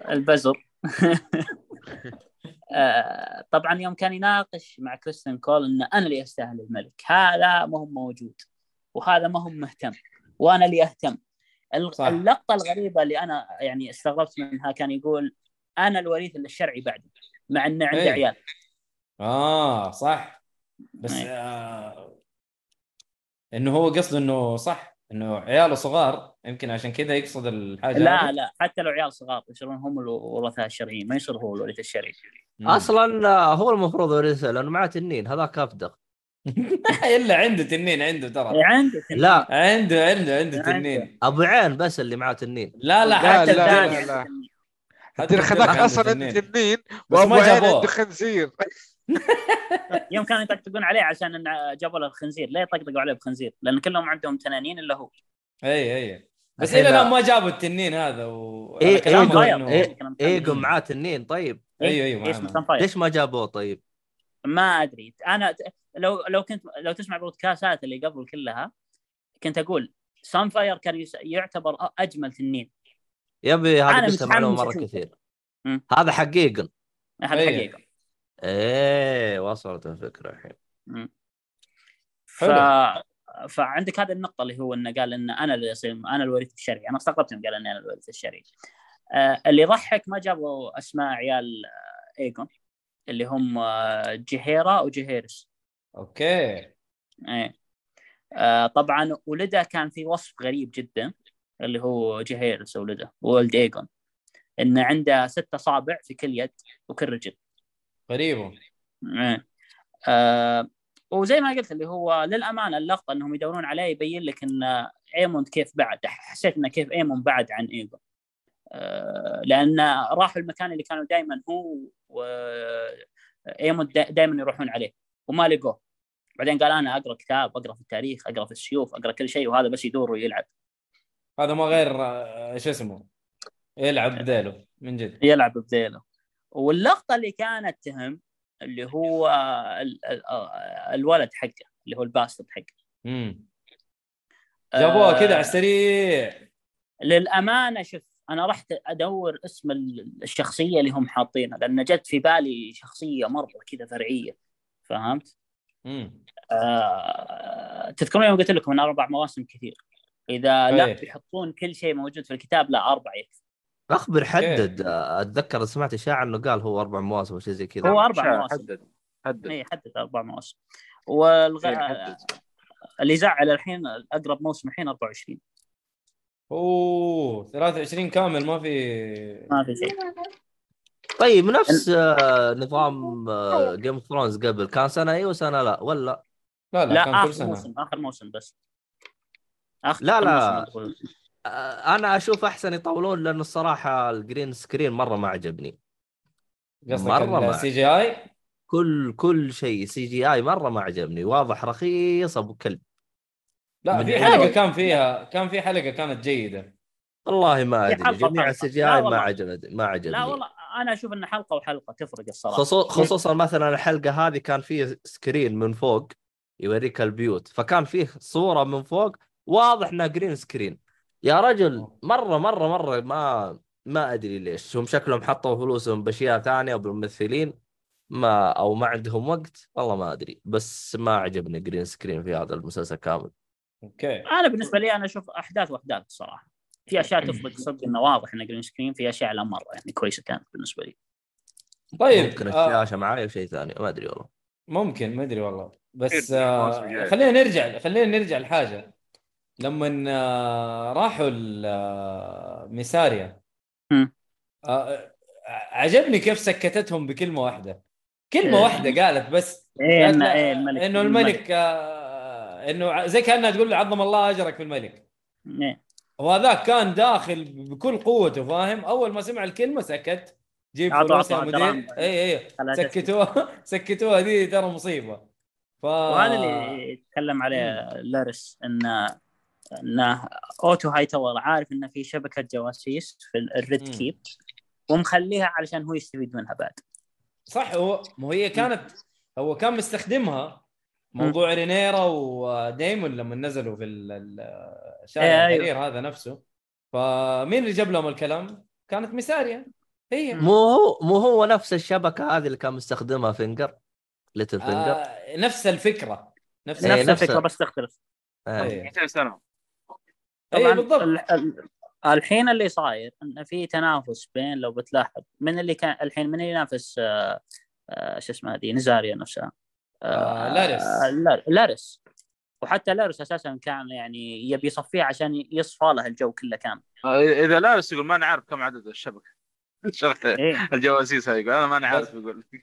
Speaker 6: البزر آه، طبعا يوم كان يناقش مع كريستن كول ان انا اللي استاهل الملك هذا ما هو موجود وهذا ما هو مهتم وانا اللي اهتم ال-
Speaker 4: صح.
Speaker 6: اللقطه الغريبه اللي انا يعني استغربت منها كان يقول انا الوريث الشرعي بعدي مع انه عنده
Speaker 4: إيه.
Speaker 6: عيال
Speaker 4: اه صح بس
Speaker 6: إيه.
Speaker 4: آه انه هو قصده انه صح انه عياله صغار يمكن عشان كذا يقصد الحاجه
Speaker 6: لا لا حتى لو عيال صغار يصيرون هم الورثه الشرعيين ما يصير هو الوريث الشرعي
Speaker 4: اصلا
Speaker 1: اصلا آه، هو المفروض يورثها لانه معاه تنين هذاك افدق
Speaker 4: الا عنده تنين عنده ترى
Speaker 6: عندك
Speaker 1: لا
Speaker 4: عنده عنده عنده
Speaker 6: عنده.
Speaker 4: تنين
Speaker 1: ابو عين بس اللي معاه تنين
Speaker 4: لا لا
Speaker 3: لا،
Speaker 4: حتى
Speaker 3: لا، لا،
Speaker 4: الدرخ-
Speaker 3: لا.
Speaker 4: حتى
Speaker 3: الدرخ هذاك
Speaker 4: الدرخ عنده
Speaker 3: اصلا عنده
Speaker 4: تنين.
Speaker 3: تنين
Speaker 4: بس
Speaker 3: وابو
Speaker 4: ما
Speaker 3: عين
Speaker 4: جابوه.
Speaker 3: عنده خنزير
Speaker 6: يوم كانوا يطقطقون عليه عشان إن جابوا له الخنزير ليه يطقطقوا عليه بخنزير؟ لان كلهم عندهم تنانين الا هو
Speaker 4: اي اي بس
Speaker 1: الحين
Speaker 4: الى
Speaker 1: لا.
Speaker 4: الان ما جابوا التنين هذا و
Speaker 1: إيه،
Speaker 4: أنا كلامهم
Speaker 1: إيه،
Speaker 4: إنه-
Speaker 1: إيه،
Speaker 6: كلام ثاني.
Speaker 1: ايجو معاه تنين طيب
Speaker 4: ايوه ايوه
Speaker 6: ايش
Speaker 4: معانا.
Speaker 6: مثلا طيب
Speaker 1: ليش ما جابوه طيب؟
Speaker 6: ما ادري انا ت- لو لو كنت لو تسمع بودكاستات اللي قبل كلها كنت اقول سان فاير كان يس- يعتبر أ- اجمل تنين
Speaker 1: يبي
Speaker 6: أنا
Speaker 1: هذا قلتها
Speaker 6: متحمس
Speaker 1: معلومه مره
Speaker 6: أشوفه.
Speaker 1: كثير
Speaker 6: مم.
Speaker 1: هذا حق ايجن
Speaker 6: هذا
Speaker 4: إيه.
Speaker 6: حقيقه
Speaker 1: ايه وصلت الفكره الحين
Speaker 6: ف... فعندك هذه النقطة اللي هو انه قال ان انا اللي أصير انا الوريث الشرعي، انا استغربت انه قال ان انا الوريث الشرعي. آه اللي يضحك ما جابوا اسماء عيال آه، ايجون اللي هم آه جهيرا وجهيرس.
Speaker 4: اوكي
Speaker 6: ايه آه طبعا ولده كان في وصف غريب جدا اللي هو جهيرس ولده ولد ايجون ان عنده ست اصابع في كل يد وكل رجل.
Speaker 4: غريبه
Speaker 6: إيه. آه وزي ما قلت اللي هو للامانه اللقطه انهم يدورون عليه يبين لك ان ايموند كيف بعد حسيت انه كيف ايموند بعد عن ايجون آه لان راحوا المكان اللي كانوا دائما هو وايموند دائما يروحون عليه وما لقوه بعدين قال انا اقرا كتاب اقرا في التاريخ اقرا في السيوف اقرا كل شيء وهذا بس يدور ويلعب
Speaker 4: هذا ما غير آه، شو اسمه يلعب بداله من جد
Speaker 6: يلعب بذيله واللقطه اللي كانت تهم اللي هو ال- ال- آه، الولد حقه اللي هو الباسترد حقه
Speaker 4: امم جابوها
Speaker 1: آه.
Speaker 4: كذا على السريع
Speaker 6: للامانه آه، شوف انا رحت ادور اسم ال- الشخصيه اللي هم حاطينها لان جت في بالي شخصيه مره كذا فرعيه فهمت؟
Speaker 4: امم
Speaker 6: آه تذكرون يوم قلت لكم ان اربع مواسم كثير اذا لا
Speaker 4: إيه.
Speaker 6: بيحطون كل شيء موجود في الكتاب لا اربع يكفي
Speaker 1: اخبر حدد اتذكر سمعت اشاعه انه قال هو اربع مواسم او شيء زي كذا
Speaker 6: هو أربع
Speaker 5: شا-
Speaker 6: مواسم. إيه،
Speaker 5: حدد
Speaker 4: إيه.
Speaker 5: حدد
Speaker 6: اي حدد اربع مواسم والغ...
Speaker 5: إيه، حدد
Speaker 6: اللي زعل الحين اقرب موسم الحين 24
Speaker 4: اوه 23 كامل ما في
Speaker 6: ما في شيء
Speaker 1: طيب نفس آه، نظام آه، جيم اوف ثرونز قبل كان سنه اي وسنه لا ولا
Speaker 4: لا لا,
Speaker 6: لا
Speaker 1: آه،
Speaker 4: كان
Speaker 6: اخر
Speaker 4: كل سنه
Speaker 6: موسم اخر موسم بس اخر
Speaker 1: لا، لا.
Speaker 6: موسم اللي هو-
Speaker 1: آه، انا اشوف احسن يطولون لانه الصراحه الجرين سكرين مره ما عجبني مرة
Speaker 4: قصدك
Speaker 1: ما-
Speaker 4: السي جي اي
Speaker 1: كل كل شيء سي جي اي مره ما عجبني واضح رخيص ابو كلب
Speaker 4: لا
Speaker 1: من
Speaker 4: في
Speaker 1: أول.
Speaker 4: حلقه كان فيها كان في حلقه كانت جيده
Speaker 1: والله ما
Speaker 6: في
Speaker 1: ادري
Speaker 6: حلقة
Speaker 1: جميع
Speaker 6: طبعاً.
Speaker 1: السي جي
Speaker 6: لا
Speaker 1: اي ما
Speaker 6: والله.
Speaker 1: عجبني ما عجبني
Speaker 6: لا والله انا اشوف ان حلقه وحلقه تفرق الصراحه
Speaker 1: خصو- خصوصا مثلا الحلقه هذه كان فيه سكرين من فوق يوريك البيوت فكان فيه صوره من فوق واضح انها جرين سكرين يا رجل مره مره مره ما ما ادري ليش هم شكلهم حطوا فلوسهم باشياء ثانيه وبالممثلين ما او ما عندهم وقت والله ما ادري بس ما عجبني جرين سكرين في هذا المسلسل كامل
Speaker 4: اوكي
Speaker 6: انا بالنسبه لي انا اشوف احداث واحداث الصراحه في اشياء تفرق صدق انه واضح انه جرين سكرين في اشياء لا مره يعني كويسه كانت بالنسبه لي
Speaker 4: طيب
Speaker 1: ممكن
Speaker 4: آه،
Speaker 1: الشاشه معاي وشيء ثاني ما ادري والله
Speaker 4: ممكن ما ادري والله بس
Speaker 5: خير،
Speaker 4: آه،
Speaker 5: مواسم جاية.
Speaker 4: خلينا نرجع خلينا نرجع لحاجه لما آه، راحوا ال- آه، ميساريا
Speaker 6: مم.
Speaker 4: آه، عجبني كيف سكتتهم بكلمه واحده كلمه
Speaker 6: إيه.
Speaker 4: واحده قالت بس
Speaker 6: ايه
Speaker 4: قالت
Speaker 6: انه
Speaker 4: لا،
Speaker 6: ايه الملك
Speaker 4: انه إيه، الملك آه، انه ع- زي كانها تقول له عظم الله اجرك في الملك
Speaker 6: إيه.
Speaker 4: وهذاك كان داخل بكل قوته فاهم اول ما سمع الكلمه سكت جيب
Speaker 6: عطوا-
Speaker 4: فلوس يا
Speaker 6: عطوا
Speaker 4: مدير
Speaker 6: درام.
Speaker 4: اي اي
Speaker 6: خلاها تسكت.
Speaker 4: سكتوها سكتوها هذه ترى مصيبه ف
Speaker 6: وهذا اللي يتكلم عليه لارس انه انه اوتو هاي تاور عارف انه في شبكه جواسيس في ال- الريد
Speaker 4: مم.
Speaker 6: كيب ومخليها علشان هو يستفيد منها بعد
Speaker 4: صح هو ما هي كانت هو كان مستخدمها موضوع رينيرا ودايمون لما نزلوا في ال- ال- شارع
Speaker 6: إيه، أيوه.
Speaker 4: الحرير هذا نفسه فمين اللي جاب لهم الكلام؟ كانت ميساريا هي
Speaker 1: مو هو مو هو نفس الشبكه هذه اللي كان مستخدمها فينجر ليتل فينجر
Speaker 4: آه نفس الفكره نفس
Speaker 1: إيه،
Speaker 6: نفس
Speaker 1: نفس-
Speaker 6: الفكره بس تختلف
Speaker 1: آه.
Speaker 4: إيه.
Speaker 5: 200 سنه
Speaker 4: اي
Speaker 6: طبعا
Speaker 4: إيه، بالضبط
Speaker 6: ال- ال- الحين اللي صاير ان في تنافس بين لو بتلاحظ من اللي كان الحين من اللي ينافس آه، آه، شو اسمها هذه نزاريا نفسها
Speaker 4: آه، لارس.
Speaker 6: لار- لارس وحتى لارس اساسا كان يعني يبي يصفيه عشان يصفى له الجو كله كامل
Speaker 5: آه، اذا لابس يقول ما انا عارف كم عدد الشبكه شغله
Speaker 6: إيه.
Speaker 5: الجواسيس هاي يقول انا ما انا عارف يقول
Speaker 4: هي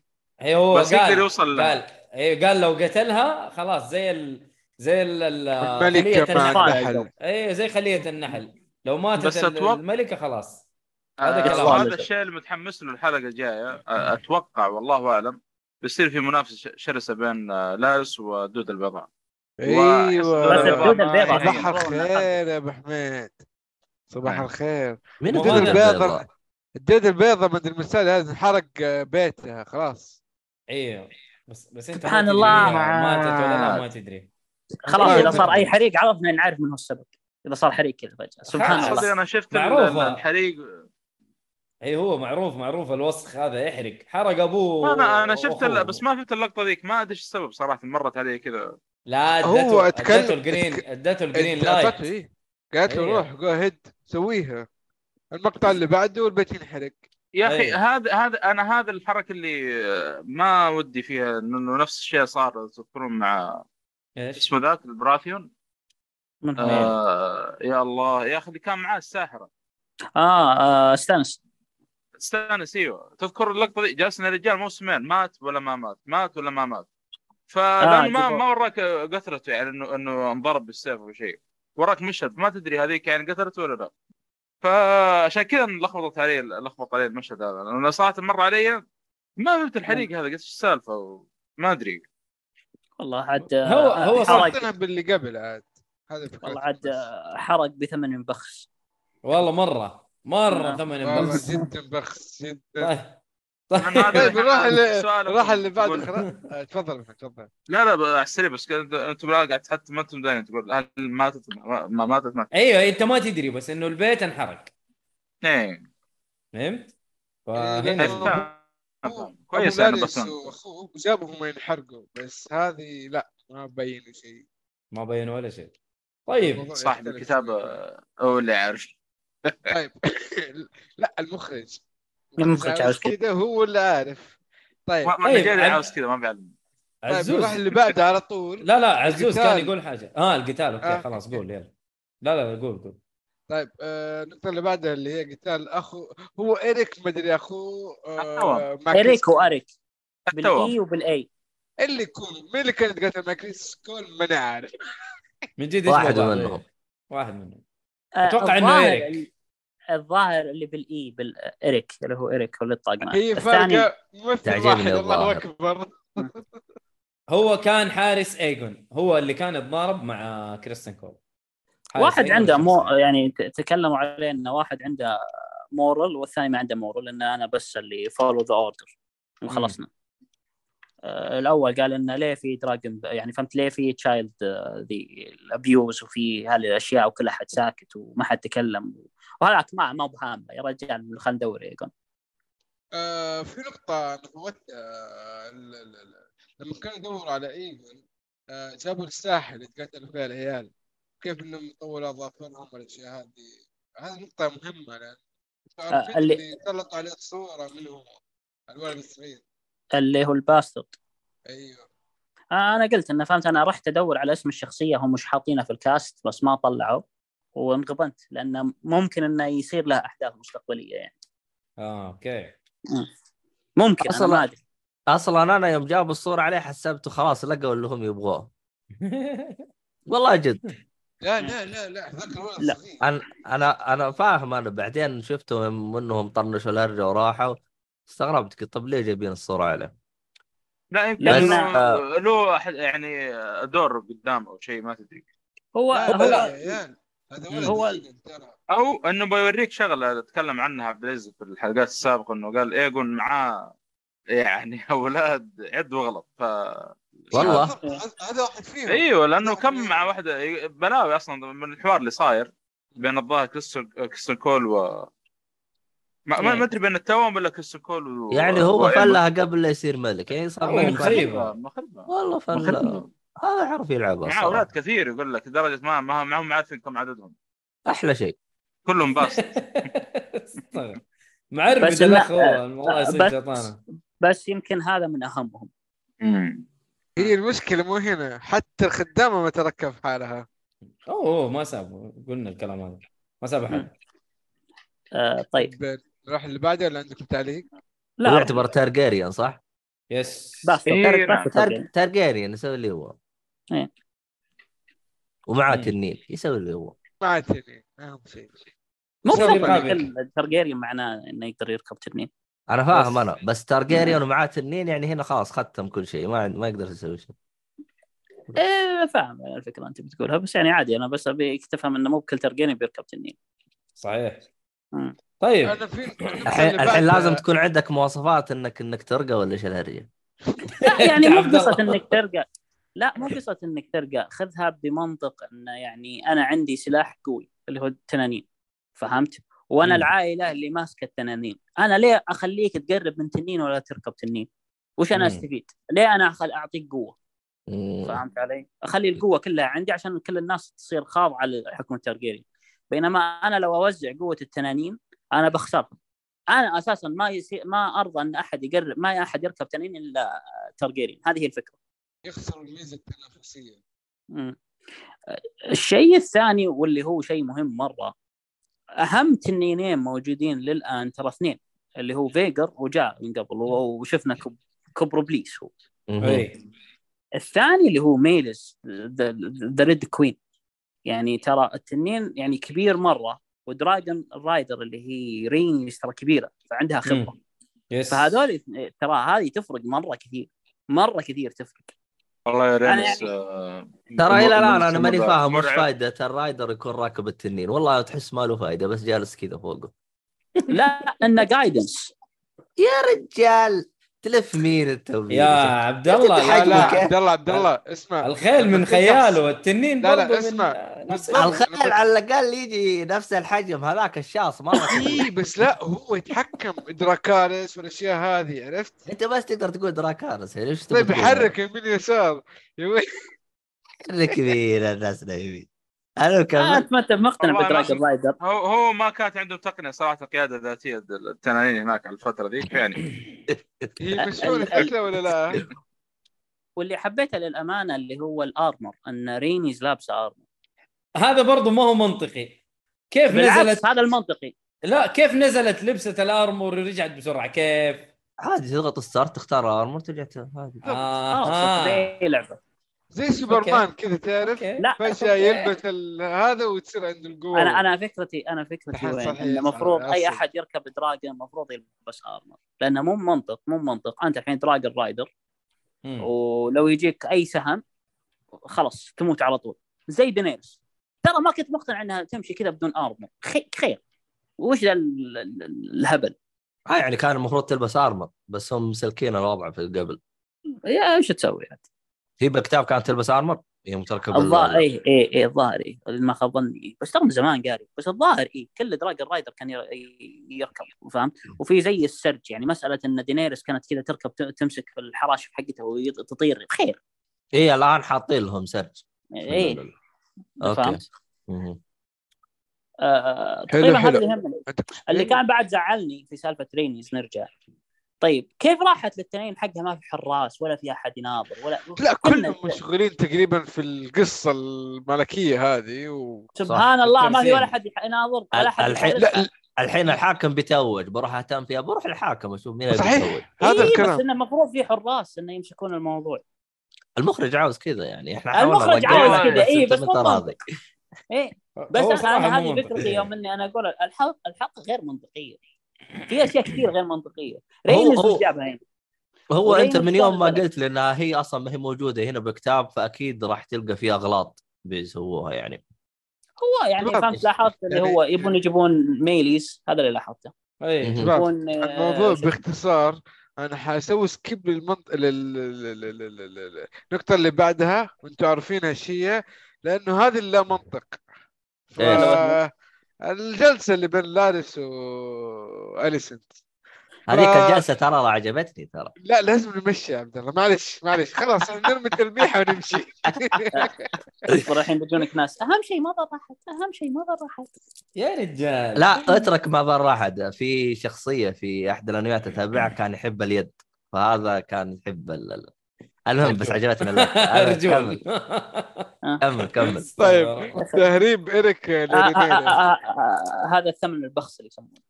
Speaker 4: إيه، هو
Speaker 5: بس
Speaker 4: قال
Speaker 5: يقدر يوصل لها.
Speaker 4: قال اي قال لو قتلها خلاص زي ال... زي ال... ال- خليه
Speaker 3: الملكة مع
Speaker 4: النحل
Speaker 6: النحل.
Speaker 3: النحل
Speaker 4: اي زي خليه النحل لو ماتت
Speaker 5: بس
Speaker 4: ال-
Speaker 5: أتوقع-
Speaker 4: الملكه خلاص هذا
Speaker 5: هذا
Speaker 4: كلام.
Speaker 5: آه، هذا الشيء اللي متحمس له الحلقه الجايه آه، اتوقع والله اعلم بيصير في منافسه ش- شرسه بين آه، لارس ودود البيضاء
Speaker 3: ايوه
Speaker 6: بس الدودة البيضاء
Speaker 3: صباح
Speaker 5: هي-
Speaker 3: الخير يا ابو حميد صباح
Speaker 1: نعم.
Speaker 3: الخير
Speaker 1: مين
Speaker 4: مو
Speaker 1: الدودة
Speaker 4: هذا
Speaker 1: البيضاء؟
Speaker 3: الديد البيضة من المثال هذا انحرق آه، بيتها خلاص
Speaker 4: ايوه بس بس انت ما
Speaker 6: سبحان
Speaker 4: تدري
Speaker 6: الله.
Speaker 4: هي ماتت ولا لا ما تدري
Speaker 6: خلاص
Speaker 4: إيه،
Speaker 3: طيب.
Speaker 6: اذا صار اي حريق عرفنا نعرف من هو السبب اذا صار حريق كذا فجاه سبحان
Speaker 4: خلاص.
Speaker 5: صدق
Speaker 6: الله
Speaker 5: انا شفت ال-
Speaker 4: معروفة.
Speaker 5: الحريق
Speaker 4: اي إيه، هو معروف معروف الوسخ هذا يحرق حرق ابوه
Speaker 5: انا انا شفت
Speaker 4: وأخوه.
Speaker 5: ال- بس ما شفت اللقطه ذيك ما ادري ايش السبب صراحه مرت علي كذا
Speaker 4: لا ادته
Speaker 3: هو أتكلم-
Speaker 4: ادته الجرين ادته الجرين
Speaker 3: أعطته
Speaker 4: لايت
Speaker 3: إيه. قالت له
Speaker 4: إيه.
Speaker 3: روح جو هيد سويها المقطع اللي بعده والبيت ينحرق
Speaker 5: يا اخي
Speaker 4: أي.
Speaker 5: هذا هذا انا هذا الحركه اللي آه، ما ودي فيها انه نفس الشيء صار تذكرون مع
Speaker 4: ايش
Speaker 5: اسمه ذاك البراثيون
Speaker 4: إيه.
Speaker 6: من هو؟ اه,
Speaker 5: آه يا الله يا اخي اللي كان معاه الساحره
Speaker 6: آه استانس
Speaker 5: استانس ايوه تذكر اللقطه دي جالسين الرجال موسمين مات ولا ما مات مات ولا ما مات فلانه
Speaker 6: آه،
Speaker 5: ما
Speaker 6: تبغى-
Speaker 5: ما وراك قتلته يعني انه انه انضرب بالسيف او شيء وراك مشهد ما تدري هذيك يعني قتلته ولا لا فعشان كذا لخبطت علي لخبط علي المشهد هذا لانه صراحه مر علي ما فهمت الحريق هذا قلت ايش السالفه و- ما ادري
Speaker 6: والله عاد آه،
Speaker 4: هو- هو صار
Speaker 6: حرق
Speaker 3: حطينا باللي قبل عاد هذا فكرة
Speaker 6: والله عاد
Speaker 3: بس.
Speaker 6: آه، حرق بثمن بخس
Speaker 4: والله مره مره
Speaker 6: آه.
Speaker 4: ثمن
Speaker 3: والله
Speaker 4: بس
Speaker 3: جدا بخس جدا
Speaker 4: طيب
Speaker 3: طيب نروح ل-
Speaker 5: السؤال
Speaker 3: نروح اللي بعده
Speaker 5: يقول-
Speaker 3: خلاص آه، تفضل تفضل
Speaker 5: لا لا بقى على السريع بس كده انتم لا قاعد حتى ما انتم دايرين تقول هل ماتت ما ما- ماتت ماتت
Speaker 4: ايوه انت ما تدري بس انه البيت انحرق
Speaker 5: ايه
Speaker 4: فهمت؟ آه،
Speaker 3: إيه.
Speaker 4: فهنا
Speaker 5: فاهم. كويس
Speaker 3: أبو
Speaker 5: يعني
Speaker 3: لاريس
Speaker 5: بس
Speaker 3: واخوه جابهم ينحرقوا بس هذه لا ما بينوا شيء
Speaker 4: ما بين ولا شيء طيب
Speaker 3: الموضوع
Speaker 5: صاحب
Speaker 3: يختلف
Speaker 5: الكتاب
Speaker 3: شوي.
Speaker 5: آه، هو اللي عارف
Speaker 3: طيب لا المخرج
Speaker 6: المخرج عاوز كده.
Speaker 3: كذا هو اللي عارف طيب
Speaker 5: ما ما
Speaker 4: طيب،
Speaker 5: الرجال
Speaker 4: عن-
Speaker 5: عاوز كذا ما بيعلم
Speaker 3: طيب
Speaker 4: عزوز
Speaker 3: نروح اللي بعده على طول
Speaker 4: لا لا عزوز كان
Speaker 3: القتال.
Speaker 4: يقول حاجه اه القتال
Speaker 3: آه.
Speaker 4: اوكي خلاص قول يلا لا لا قول قول
Speaker 3: طيب آه، النقطة اللي بعدها اللي هي قتال أخو هو إريك مدري أخوه آه،
Speaker 5: أخوه.
Speaker 3: مع كريس
Speaker 6: اريك
Speaker 3: كول.
Speaker 6: واريك
Speaker 5: التوأم
Speaker 6: بالاي وبالاي
Speaker 3: اللي يكون مين اللي كانت قتل مع كريس كول ما أنا عارف
Speaker 4: من جد
Speaker 1: واحد
Speaker 4: يشبه بعض،
Speaker 1: منهم.
Speaker 4: إيه. واحد منهم
Speaker 6: آه،
Speaker 4: أتوقع إنه
Speaker 6: الظاهر
Speaker 4: إيريك.
Speaker 6: اللي- الظاهر اللي بالاي بالاريك اللي هو اريك هو اللي طاق معه
Speaker 3: هي
Speaker 6: الثاني
Speaker 3: فارقة ممثل
Speaker 1: تعجبني
Speaker 3: واحد الله
Speaker 1: الظاهر.
Speaker 3: أكبر
Speaker 4: هو كان حارس ايجون هو اللي كان يتضارب مع كريستن كول حارس
Speaker 6: واحد
Speaker 4: إيجون
Speaker 6: عنده مو
Speaker 4: شخصياً.
Speaker 6: يعني ت- تكلموا عليه انه واحد عنده مورال والثاني ما عنده مورال ان انا بس اللي فولو ذا اوردر وخلصنا آه، الاول قال انه ليه في دراجون يعني فهمت ليه في تشايلد ذي الابيوز وفي هالاشياء وكل احد ساكت وما حد تكلم وهذاك ما ما بهامه يا رجال خلينا ندور ايجون
Speaker 3: آه، في نقطة أنا فوتها آه، ال- ال- ال- لما كانوا يدوروا على إيفن آه، جابوا الساحل يتقاتلوا فيها العيال كيف إنهم طولوا أظافرهم والأشياء هذه هذه نقطة مهمة لأن
Speaker 1: آه،
Speaker 3: تعرف
Speaker 6: اللي-
Speaker 3: اللي طلقوا عليه صورة منهم الولد الصغير
Speaker 6: اللي هو الباسترد
Speaker 3: أيوه
Speaker 6: آه، انا قلت انه فهمت انا رحت ادور على اسم الشخصيه هم مش حاطينه في الكاست بس ما طلعوا وانغبنت لانه ممكن انه يصير لها احداث مستقبليه يعني
Speaker 4: اه اوكي
Speaker 6: ممكن انا
Speaker 1: أصلاً-
Speaker 6: ما ادري
Speaker 1: اصلا انا يوم جابوا الصوره عليه حسبته خلاص لقوا اللي هم يبغوه والله جد
Speaker 3: لا لا لا لا ذاك الولد
Speaker 6: لا.
Speaker 3: الصغير
Speaker 1: انا انا انا فاهم انا بعدين شفتهم انهم طنشوا الهرجه وراحوا استغربت قلت طب ليه جايبين الصوره عليه؟
Speaker 5: لا يمكن
Speaker 6: لأن-
Speaker 5: إنه له أحد- يعني آه، دور قدام او شيء ما تدري
Speaker 6: هو
Speaker 3: لا،
Speaker 6: هو
Speaker 3: لا، يا عيال. هذا ولد
Speaker 6: هو-
Speaker 3: صغير ترى
Speaker 5: او انه بيوريك شغله تكلم عنها بليز في الحلقات السابقه انه قال ايجون معاه يعني اولاد عد وغلط ف
Speaker 1: والله.
Speaker 3: هذا- هذا واحد فيهم
Speaker 5: ايوه لانه كم مع واحده بلاوي اصلا من الحوار اللي صاير بين الظاهر كريستون كريستون كول و ما ما- ما ادري بين التوام ولا كريستون كول و...
Speaker 1: يعني هو
Speaker 5: و-
Speaker 1: فلها قبل لا يصير ملك يعني صار
Speaker 4: والله
Speaker 1: ملك بعد.
Speaker 4: مخيب.
Speaker 5: مخربة مخربة
Speaker 1: والله فلا
Speaker 5: مخربة
Speaker 1: هذا يعرف يلعب
Speaker 5: مع
Speaker 1: أصلاً.
Speaker 5: اولاد كثير يقول لك لدرجه ما ما ما هم عارفين كم عددهم
Speaker 1: احلى شيء
Speaker 5: كلهم باص
Speaker 4: استغرب. معرب
Speaker 6: بس
Speaker 4: ذا
Speaker 6: إنه-
Speaker 4: الاخ والله والله يصير
Speaker 6: بس-
Speaker 4: شيطانه
Speaker 6: بس يمكن هذا من اهمهم
Speaker 3: هي المشكلة مو هنا حتى الخدامة ما تركب حالها
Speaker 4: اوه أوه، ما ساب قلنا الكلام هذا ما ساب احد
Speaker 6: آه طيب
Speaker 3: بين- نروح اللي بعده ولا عندكم تعليق؟
Speaker 1: لا
Speaker 6: لا
Speaker 1: يعتبر تارجيريان صح؟
Speaker 4: يس
Speaker 6: باسترد
Speaker 5: إيه،
Speaker 6: إيريك
Speaker 5: نعم.
Speaker 6: باسترد
Speaker 1: تار...
Speaker 6: يعني.
Speaker 1: تارجيريان يسوي اللي هو
Speaker 6: إيه.
Speaker 1: ومعاه
Speaker 4: مم.
Speaker 1: تنين يسوي اللي هو
Speaker 3: ما عاد تدري اهم شيء
Speaker 6: مو
Speaker 4: يسوي
Speaker 6: بشرط
Speaker 4: رقابة.
Speaker 6: كل ترجيريان معناه انه يقدر يركب تنين
Speaker 1: انا فاهم
Speaker 4: بس-
Speaker 1: انا بس تارجيريان ومعاه تنين يعني هنا خلاص ختم كل شيء ما عند- ما يقدر يسوي شيء
Speaker 6: إيه فاهم الفكره انت بتقولها بس يعني عادي انا بس ابيك تفهم انه مو بكل ترجيريان بيركب تنين
Speaker 4: صحيح
Speaker 6: مم.
Speaker 4: طيب
Speaker 3: انا في
Speaker 1: الحين الحين لازم تكون عندك مواصفات انك انك ترقى ولا ايش الهرجه؟
Speaker 6: لا يعني مو
Speaker 4: عبد الله.
Speaker 6: قصة انك ترقى لا مو قصة انك ترقى خذها بمنطق انه يعني انا عندي سلاح قوي اللي هو التنانين فهمت؟ وانا
Speaker 4: مم.
Speaker 6: العائلة اللي ماسكة التنانين، انا ليه اخليك تقرب من تنين ولا تركب تنين؟ وش انا
Speaker 4: مم.
Speaker 6: استفيد؟ ليه انا أخل اعطيك قوة؟
Speaker 1: مم.
Speaker 6: فهمت علي؟ اخلي القوة كلها عندي عشان كل الناس تصير خاضعة لحكم الترجيري. بينما انا لو اوزع قوة التنانين انا بخسر. انا اساسا ما يصير ما ارضى ان احد يقرب ما احد يركب تنين الا ترجيري، هذه هي الفكرة.
Speaker 3: يخسر الميزه التنافسيه
Speaker 6: مم. الشيء الثاني واللي هو شيء مهم مره اهم تنينين موجودين للان ترى اثنين اللي هو فيجر وجاء من قبل و- وشفنا كب... كبر ابليس هو
Speaker 1: مم.
Speaker 4: اي
Speaker 6: الثاني اللي هو ميلس ذا ريد كوين يعني ترى التنين يعني كبير مره ودراجون رايدر اللي هي رينج ترى كبيره فعندها خبره
Speaker 4: يس
Speaker 6: فهذول ترى هذه تفرق مره كثير مره كثير تفرق
Speaker 5: والله يا رينس
Speaker 6: يعني-
Speaker 5: آه،
Speaker 1: ترى الى الان انا
Speaker 5: مرعب.
Speaker 1: ماني فاهم وش
Speaker 5: مرعب.
Speaker 1: فائده الرايدر يكون راكب التنين والله تحس ما له فائده بس جالس كذا فوقه
Speaker 6: لا انه جايدنس
Speaker 1: يا رجال تلف مين انت
Speaker 4: يا عبد الله لا
Speaker 1: تضحك
Speaker 4: لا
Speaker 1: لك.
Speaker 3: عبد الله عبد الله اسمع
Speaker 4: الخيل من خياله التنين
Speaker 3: لا، لا،
Speaker 4: برضو من-
Speaker 3: اسمع.
Speaker 4: نفس-
Speaker 3: بالضبط.
Speaker 1: الخيل على الاقل يجي نفس الحجم هذاك الشاص مره
Speaker 3: اي إيه، بس لا هو يتحكم دراكارس والاشياء هذه عرفت؟
Speaker 1: انت بس تقدر تقول دراكارس يعني ايش تبغى
Speaker 3: طيب
Speaker 1: تقول؟
Speaker 3: يحرك يمين يسار يمين
Speaker 1: حرك كبير الناس نايمين انا
Speaker 6: آه،
Speaker 1: كمل
Speaker 6: انت ما انت مقتنع
Speaker 5: والله
Speaker 6: بدراجون
Speaker 5: لازم-
Speaker 6: رايدر
Speaker 5: هو هو ما كانت عنده تقنيه صراحه القياده الذاتيه التنانين هناك على الفتره ذيك يعني
Speaker 3: هي مسؤولة شكله ولا لا؟
Speaker 6: واللي حبيته للامانه اللي هو الارمر ان رينيز لابسه ارمر
Speaker 4: هذا برضو ما هو منطقي كيف نزلت
Speaker 6: بالعكس هذا المنطقي
Speaker 4: لا كيف نزلت لبسه الارمور ورجعت بسرعه كيف؟
Speaker 1: عادي تضغط ستارت تختار ارمور ترجع ت- عادي
Speaker 6: خلاص
Speaker 4: آه.
Speaker 6: آه. لعبه
Speaker 3: زي سوبرمان كذا تعرف
Speaker 4: أوكي.
Speaker 6: لا
Speaker 3: فجأة يلبس ال- هذا وتصير عنده القوة
Speaker 6: انا انا فكرتي انا فكرتي
Speaker 3: صحيح،
Speaker 6: وين
Speaker 3: صحيح،
Speaker 6: انه
Speaker 3: صحيح.
Speaker 6: المفروض اي
Speaker 3: أصل.
Speaker 6: احد يركب دراجون المفروض يلبس ارمر لانه مو منطق مو منطق انت الحين دراجون رايدر
Speaker 4: مم.
Speaker 6: ولو يجيك اي سهم خلاص تموت على طول زي دينيرس ترى ما كنت مقتنع انها تمشي كذا بدون ارمر خي- خير وش ذا ال- ال- ال- الهبل
Speaker 1: آه يعني كان المفروض تلبس ارمر بس هم مسلكين الوضع في قبل
Speaker 6: يا ايش تسوي
Speaker 1: هي بالكتاب كانت تلبس ارمر يوم تركب ال-
Speaker 6: الظاهر اي اي اي إيه، الظاهر اي ما خاب ظني إيه. بس ترى من زمان قاري بس الظاهر اي كل دراجون رايدر كان ير- ي- يركب فهمت وفي زي السرج يعني مساله ان دينيرس كانت كذا تركب ت- تمسك في الحراشف حقتها وتطير خير
Speaker 1: اي الان إيه، حاطين لهم سرج
Speaker 6: اي
Speaker 1: ال- اوكي
Speaker 6: إيه. فهمت
Speaker 1: مهم.
Speaker 6: آه
Speaker 3: حلو،
Speaker 6: تقريبا
Speaker 3: حلو.
Speaker 6: هذا اللي يهمني اللي كان بعد زعلني في سالفه رينيز نرجع طيب كيف راحت للتنين حقها ما في حراس ولا في احد يناظر ولا
Speaker 3: لا
Speaker 6: كنا-
Speaker 3: كلهم مشغولين تقريبا في القصة الملكية هذه و...
Speaker 6: سبحان الله ما في ولا
Speaker 4: بالتمثيل.
Speaker 6: حد يناظر
Speaker 1: ال-
Speaker 6: ولا حد
Speaker 1: الحين-
Speaker 6: يحرك.
Speaker 3: لا
Speaker 1: الحين الحاكم بيتوج بروح اهتم فيها بروح الحاكم اشوف مين اللي
Speaker 3: صحيح.
Speaker 1: بيتوج
Speaker 3: هذا
Speaker 6: إيه،
Speaker 3: الكلام
Speaker 6: بس انه المفروض في حراس انه يمسكون الموضوع
Speaker 1: المخرج عاوز كذا يعني احنا
Speaker 6: المخرج
Speaker 1: حاولنا نوقفك،
Speaker 5: عاوز كذا،
Speaker 1: بس
Speaker 6: إيه،
Speaker 1: أنت
Speaker 6: بس
Speaker 1: ما أنت
Speaker 6: مو
Speaker 1: راضي
Speaker 6: ايه بس
Speaker 4: هو
Speaker 6: انا
Speaker 4: صراحة
Speaker 6: أنا
Speaker 4: مو
Speaker 6: هذه
Speaker 4: منطقي.
Speaker 6: فكرتي يوم اني انا اقول الحلقه الحلقه غير منطقيه في اشياء كثير غير منطقيه
Speaker 1: هو-
Speaker 6: رينز
Speaker 1: هو-
Speaker 6: وش جابها هنا
Speaker 1: هو
Speaker 6: ولين
Speaker 1: انت من يوم ما
Speaker 6: البلد.
Speaker 1: قلت لي انها هي اصلا ما هي موجوده هنا بكتاب فاكيد راح تلقى فيها اغلاط بيسووها يعني
Speaker 6: هو يعني
Speaker 3: بالضبط.
Speaker 6: فهمت لاحظت اللي
Speaker 3: يعني-
Speaker 6: هو يبون يجيبون ميليس هذا اللي لاحظته
Speaker 4: أي.
Speaker 1: مهم.
Speaker 6: يبون آه،
Speaker 3: الموضوع
Speaker 6: شو اسمه؟
Speaker 3: باختصار انا حاسوي سكيب للمنطقه للنقطه اللي بعدها وانتم عارفين هالشيء لانه هذه اللا منطق ف-
Speaker 1: إيه.
Speaker 3: الجلسه اللي بين لاريس واليسنت
Speaker 1: هذيك
Speaker 3: آه.
Speaker 1: الجلسه ترى لا عجبتني ترى
Speaker 3: لا لازم نمشي يا عبد الله معلش معلش خلاص إحنا نرمي التلميحه ونمشي
Speaker 6: يصبر الحين بيجونك ناس اهم شيء ما ضر احد اهم شيء ما ضر احد
Speaker 4: يا رجال
Speaker 1: لا اترك ما ضر احد في شخصيه في احد الانميات اتابعها كان يحب اليد فهذا كان يحب ال... ال- المهم بس عجبتني اللقطة. أنا- كمل
Speaker 4: رجول
Speaker 1: كمل كمل
Speaker 3: طيب تهريب اريك
Speaker 6: آه، آه، آه،
Speaker 3: لرينيرا.
Speaker 6: آه، آه، هذا الثمن البخس اللي يسمونه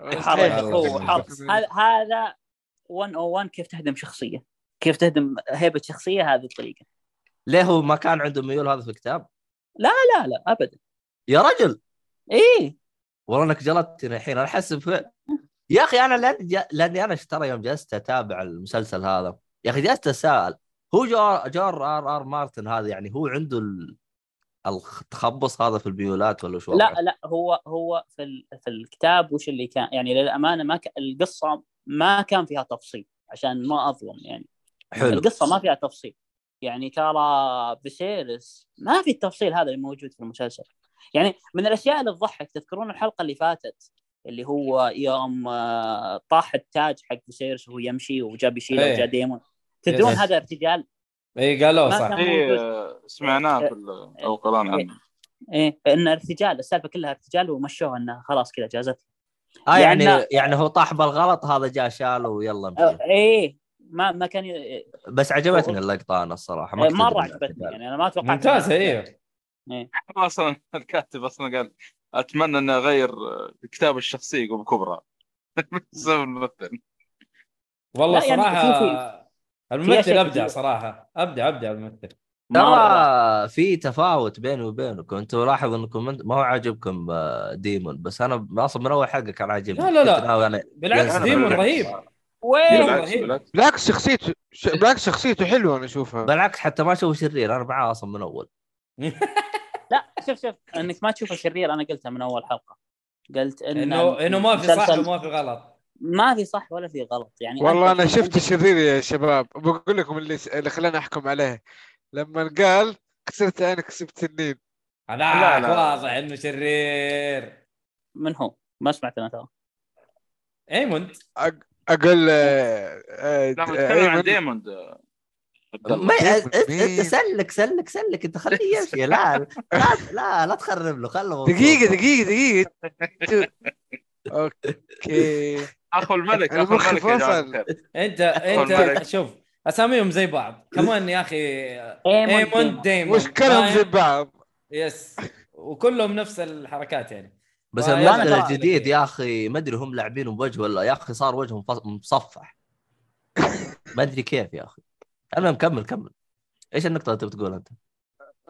Speaker 6: حرب
Speaker 4: حركة،
Speaker 3: إيه.
Speaker 6: قوه حرب هذا- هذا 101 كيف تهدم شخصيه كيف تهدم هيبه شخصيه هذه الطريقه
Speaker 1: ليه هو ما كان عنده ميول هذا في الكتاب
Speaker 6: لا لا ابدا
Speaker 1: يا رجل
Speaker 6: ايه
Speaker 1: والله انك جلطتني الحين انا احس بف- يا اخي انا لأن ج... لاني انا ترى يوم جلست اتابع المسلسل هذا يا اخي جلست اتساءل هو جار جار ار ار مارتن هذا يعني هو عنده ال... التخبص هذا في الميولات ولا شو
Speaker 6: لا
Speaker 1: وضعه؟
Speaker 6: لا هو هو في ال- في الكتاب وش اللي كان يعني للامانه ما ك... القصه ما كان فيها تفصيل عشان ما اظلم يعني
Speaker 1: حلو
Speaker 6: القصه ما فيها تفصيل يعني ترى بسيرس ما في التفصيل هذا اللي موجود في المسلسل يعني من الاشياء اللي تضحك تذكرون الحلقه اللي فاتت اللي هو يوم آه، طاح التاج حق بسيرس وهو يمشي وجاب يشيله
Speaker 4: إيه.
Speaker 6: وجا ديمون تدرون
Speaker 1: إيه.
Speaker 4: يس.
Speaker 6: هذا ارتجال
Speaker 4: اي قالوا
Speaker 6: ما
Speaker 4: صح
Speaker 6: كان-
Speaker 5: إيه، سمعناه في ال- او قرانا عنه
Speaker 6: ايه انه ارتجال السالفه كلها ارتجال ومشوها انه خلاص كذا جازت
Speaker 1: آه يعني
Speaker 6: لأن-
Speaker 1: يعني هو طاح بالغلط هذا جاء شاله ويلا
Speaker 6: أه،
Speaker 1: مشي
Speaker 6: ايه ما ما كان ي-
Speaker 1: بس عجبتني اللقطه انا الصراحه ما
Speaker 6: إيه،
Speaker 1: كنت
Speaker 6: مره
Speaker 1: أدري إيه.
Speaker 6: عجبتني
Speaker 1: يعني.
Speaker 6: يعني انا ما توقعت
Speaker 4: ممتازه ايوه
Speaker 5: اصلا الكاتب اصلا قال اتمنى اني اغير كتاب الشخصيه بكبرى بسبب الممثل
Speaker 4: والله
Speaker 6: لا، يعني
Speaker 4: صراحه
Speaker 6: في-
Speaker 4: الممثل
Speaker 6: أشياء
Speaker 4: ابدع
Speaker 6: كثير.
Speaker 4: صراحه ابدع ابدع الممثل
Speaker 6: مرة.
Speaker 1: ترى في تفاوت بيني وبينكم انتم لاحظ انكم انت- ما هو عاجبكم آه، ديمون بس انا اصلا من اول حلقه كان عاجبني
Speaker 4: لا، لا، لا.
Speaker 1: كنت ناوي انا
Speaker 4: بالعكس
Speaker 1: يعني أنا
Speaker 4: ديمون
Speaker 1: بالعكس.
Speaker 4: رهيب
Speaker 6: وين
Speaker 5: بالعكس بالعكس
Speaker 3: بالعكس شخصيته ش- بالعكس شخصيته حلوه انا اشوفها
Speaker 1: بالعكس حتى ما اشوفه شرير انا معاه اصلا من اول
Speaker 6: لا شوف شوف انك ما تشوفه شرير انا قلتها من اول حلقه قلت انه
Speaker 4: انه انه ما في صح
Speaker 6: مسلسل-
Speaker 4: وما في غلط
Speaker 6: ما في صح ولا في غلط يعني
Speaker 3: والله
Speaker 6: أنت-
Speaker 3: انا شفت
Speaker 6: أنت-
Speaker 3: الشرير يا شباب بقول لكم اللي اللي خلاني احكم عليه لما قال كسرت عينك كسبت النيل
Speaker 5: لا،
Speaker 4: هذاك
Speaker 5: لا.
Speaker 4: واضح انه شرير
Speaker 6: من هو؟ ما سمعت انا ترى
Speaker 4: ايموند
Speaker 3: اقول آه، آه،
Speaker 5: لا بتكلم عن
Speaker 3: أيمن-
Speaker 5: ديموند عبد الله.
Speaker 1: ما
Speaker 3: كيف
Speaker 1: أنت- انت
Speaker 3: مين؟
Speaker 1: سلك سلك سلك انت خليه يمشي لا لا لا, لا تخرب له خله مبسوط.
Speaker 3: دقيقة دقيقة دقيقة اوكي
Speaker 5: اخو الملك اخو
Speaker 3: المخ
Speaker 5: الملك يا جماعه
Speaker 3: فصل.
Speaker 5: الخير
Speaker 4: انت
Speaker 5: الملك.
Speaker 4: انت شوف اساميهم زي بعض كمان يا اخي ايموند ديموند
Speaker 3: وش
Speaker 6: طيب.
Speaker 3: كلام زي
Speaker 4: فاهم؟
Speaker 3: بعض
Speaker 4: يس وكلهم نفس الحركات يعني
Speaker 1: بس
Speaker 4: وأنا
Speaker 1: الممثل
Speaker 4: ترى-
Speaker 1: الجديد يا اخي ما ادري هم لاعبينه بوجه ولا يا اخي صار وجهه مفص- مصفح ما ادري كيف يا اخي المهم كمل كمل ايش النقطة اللي تبي تقول انت؟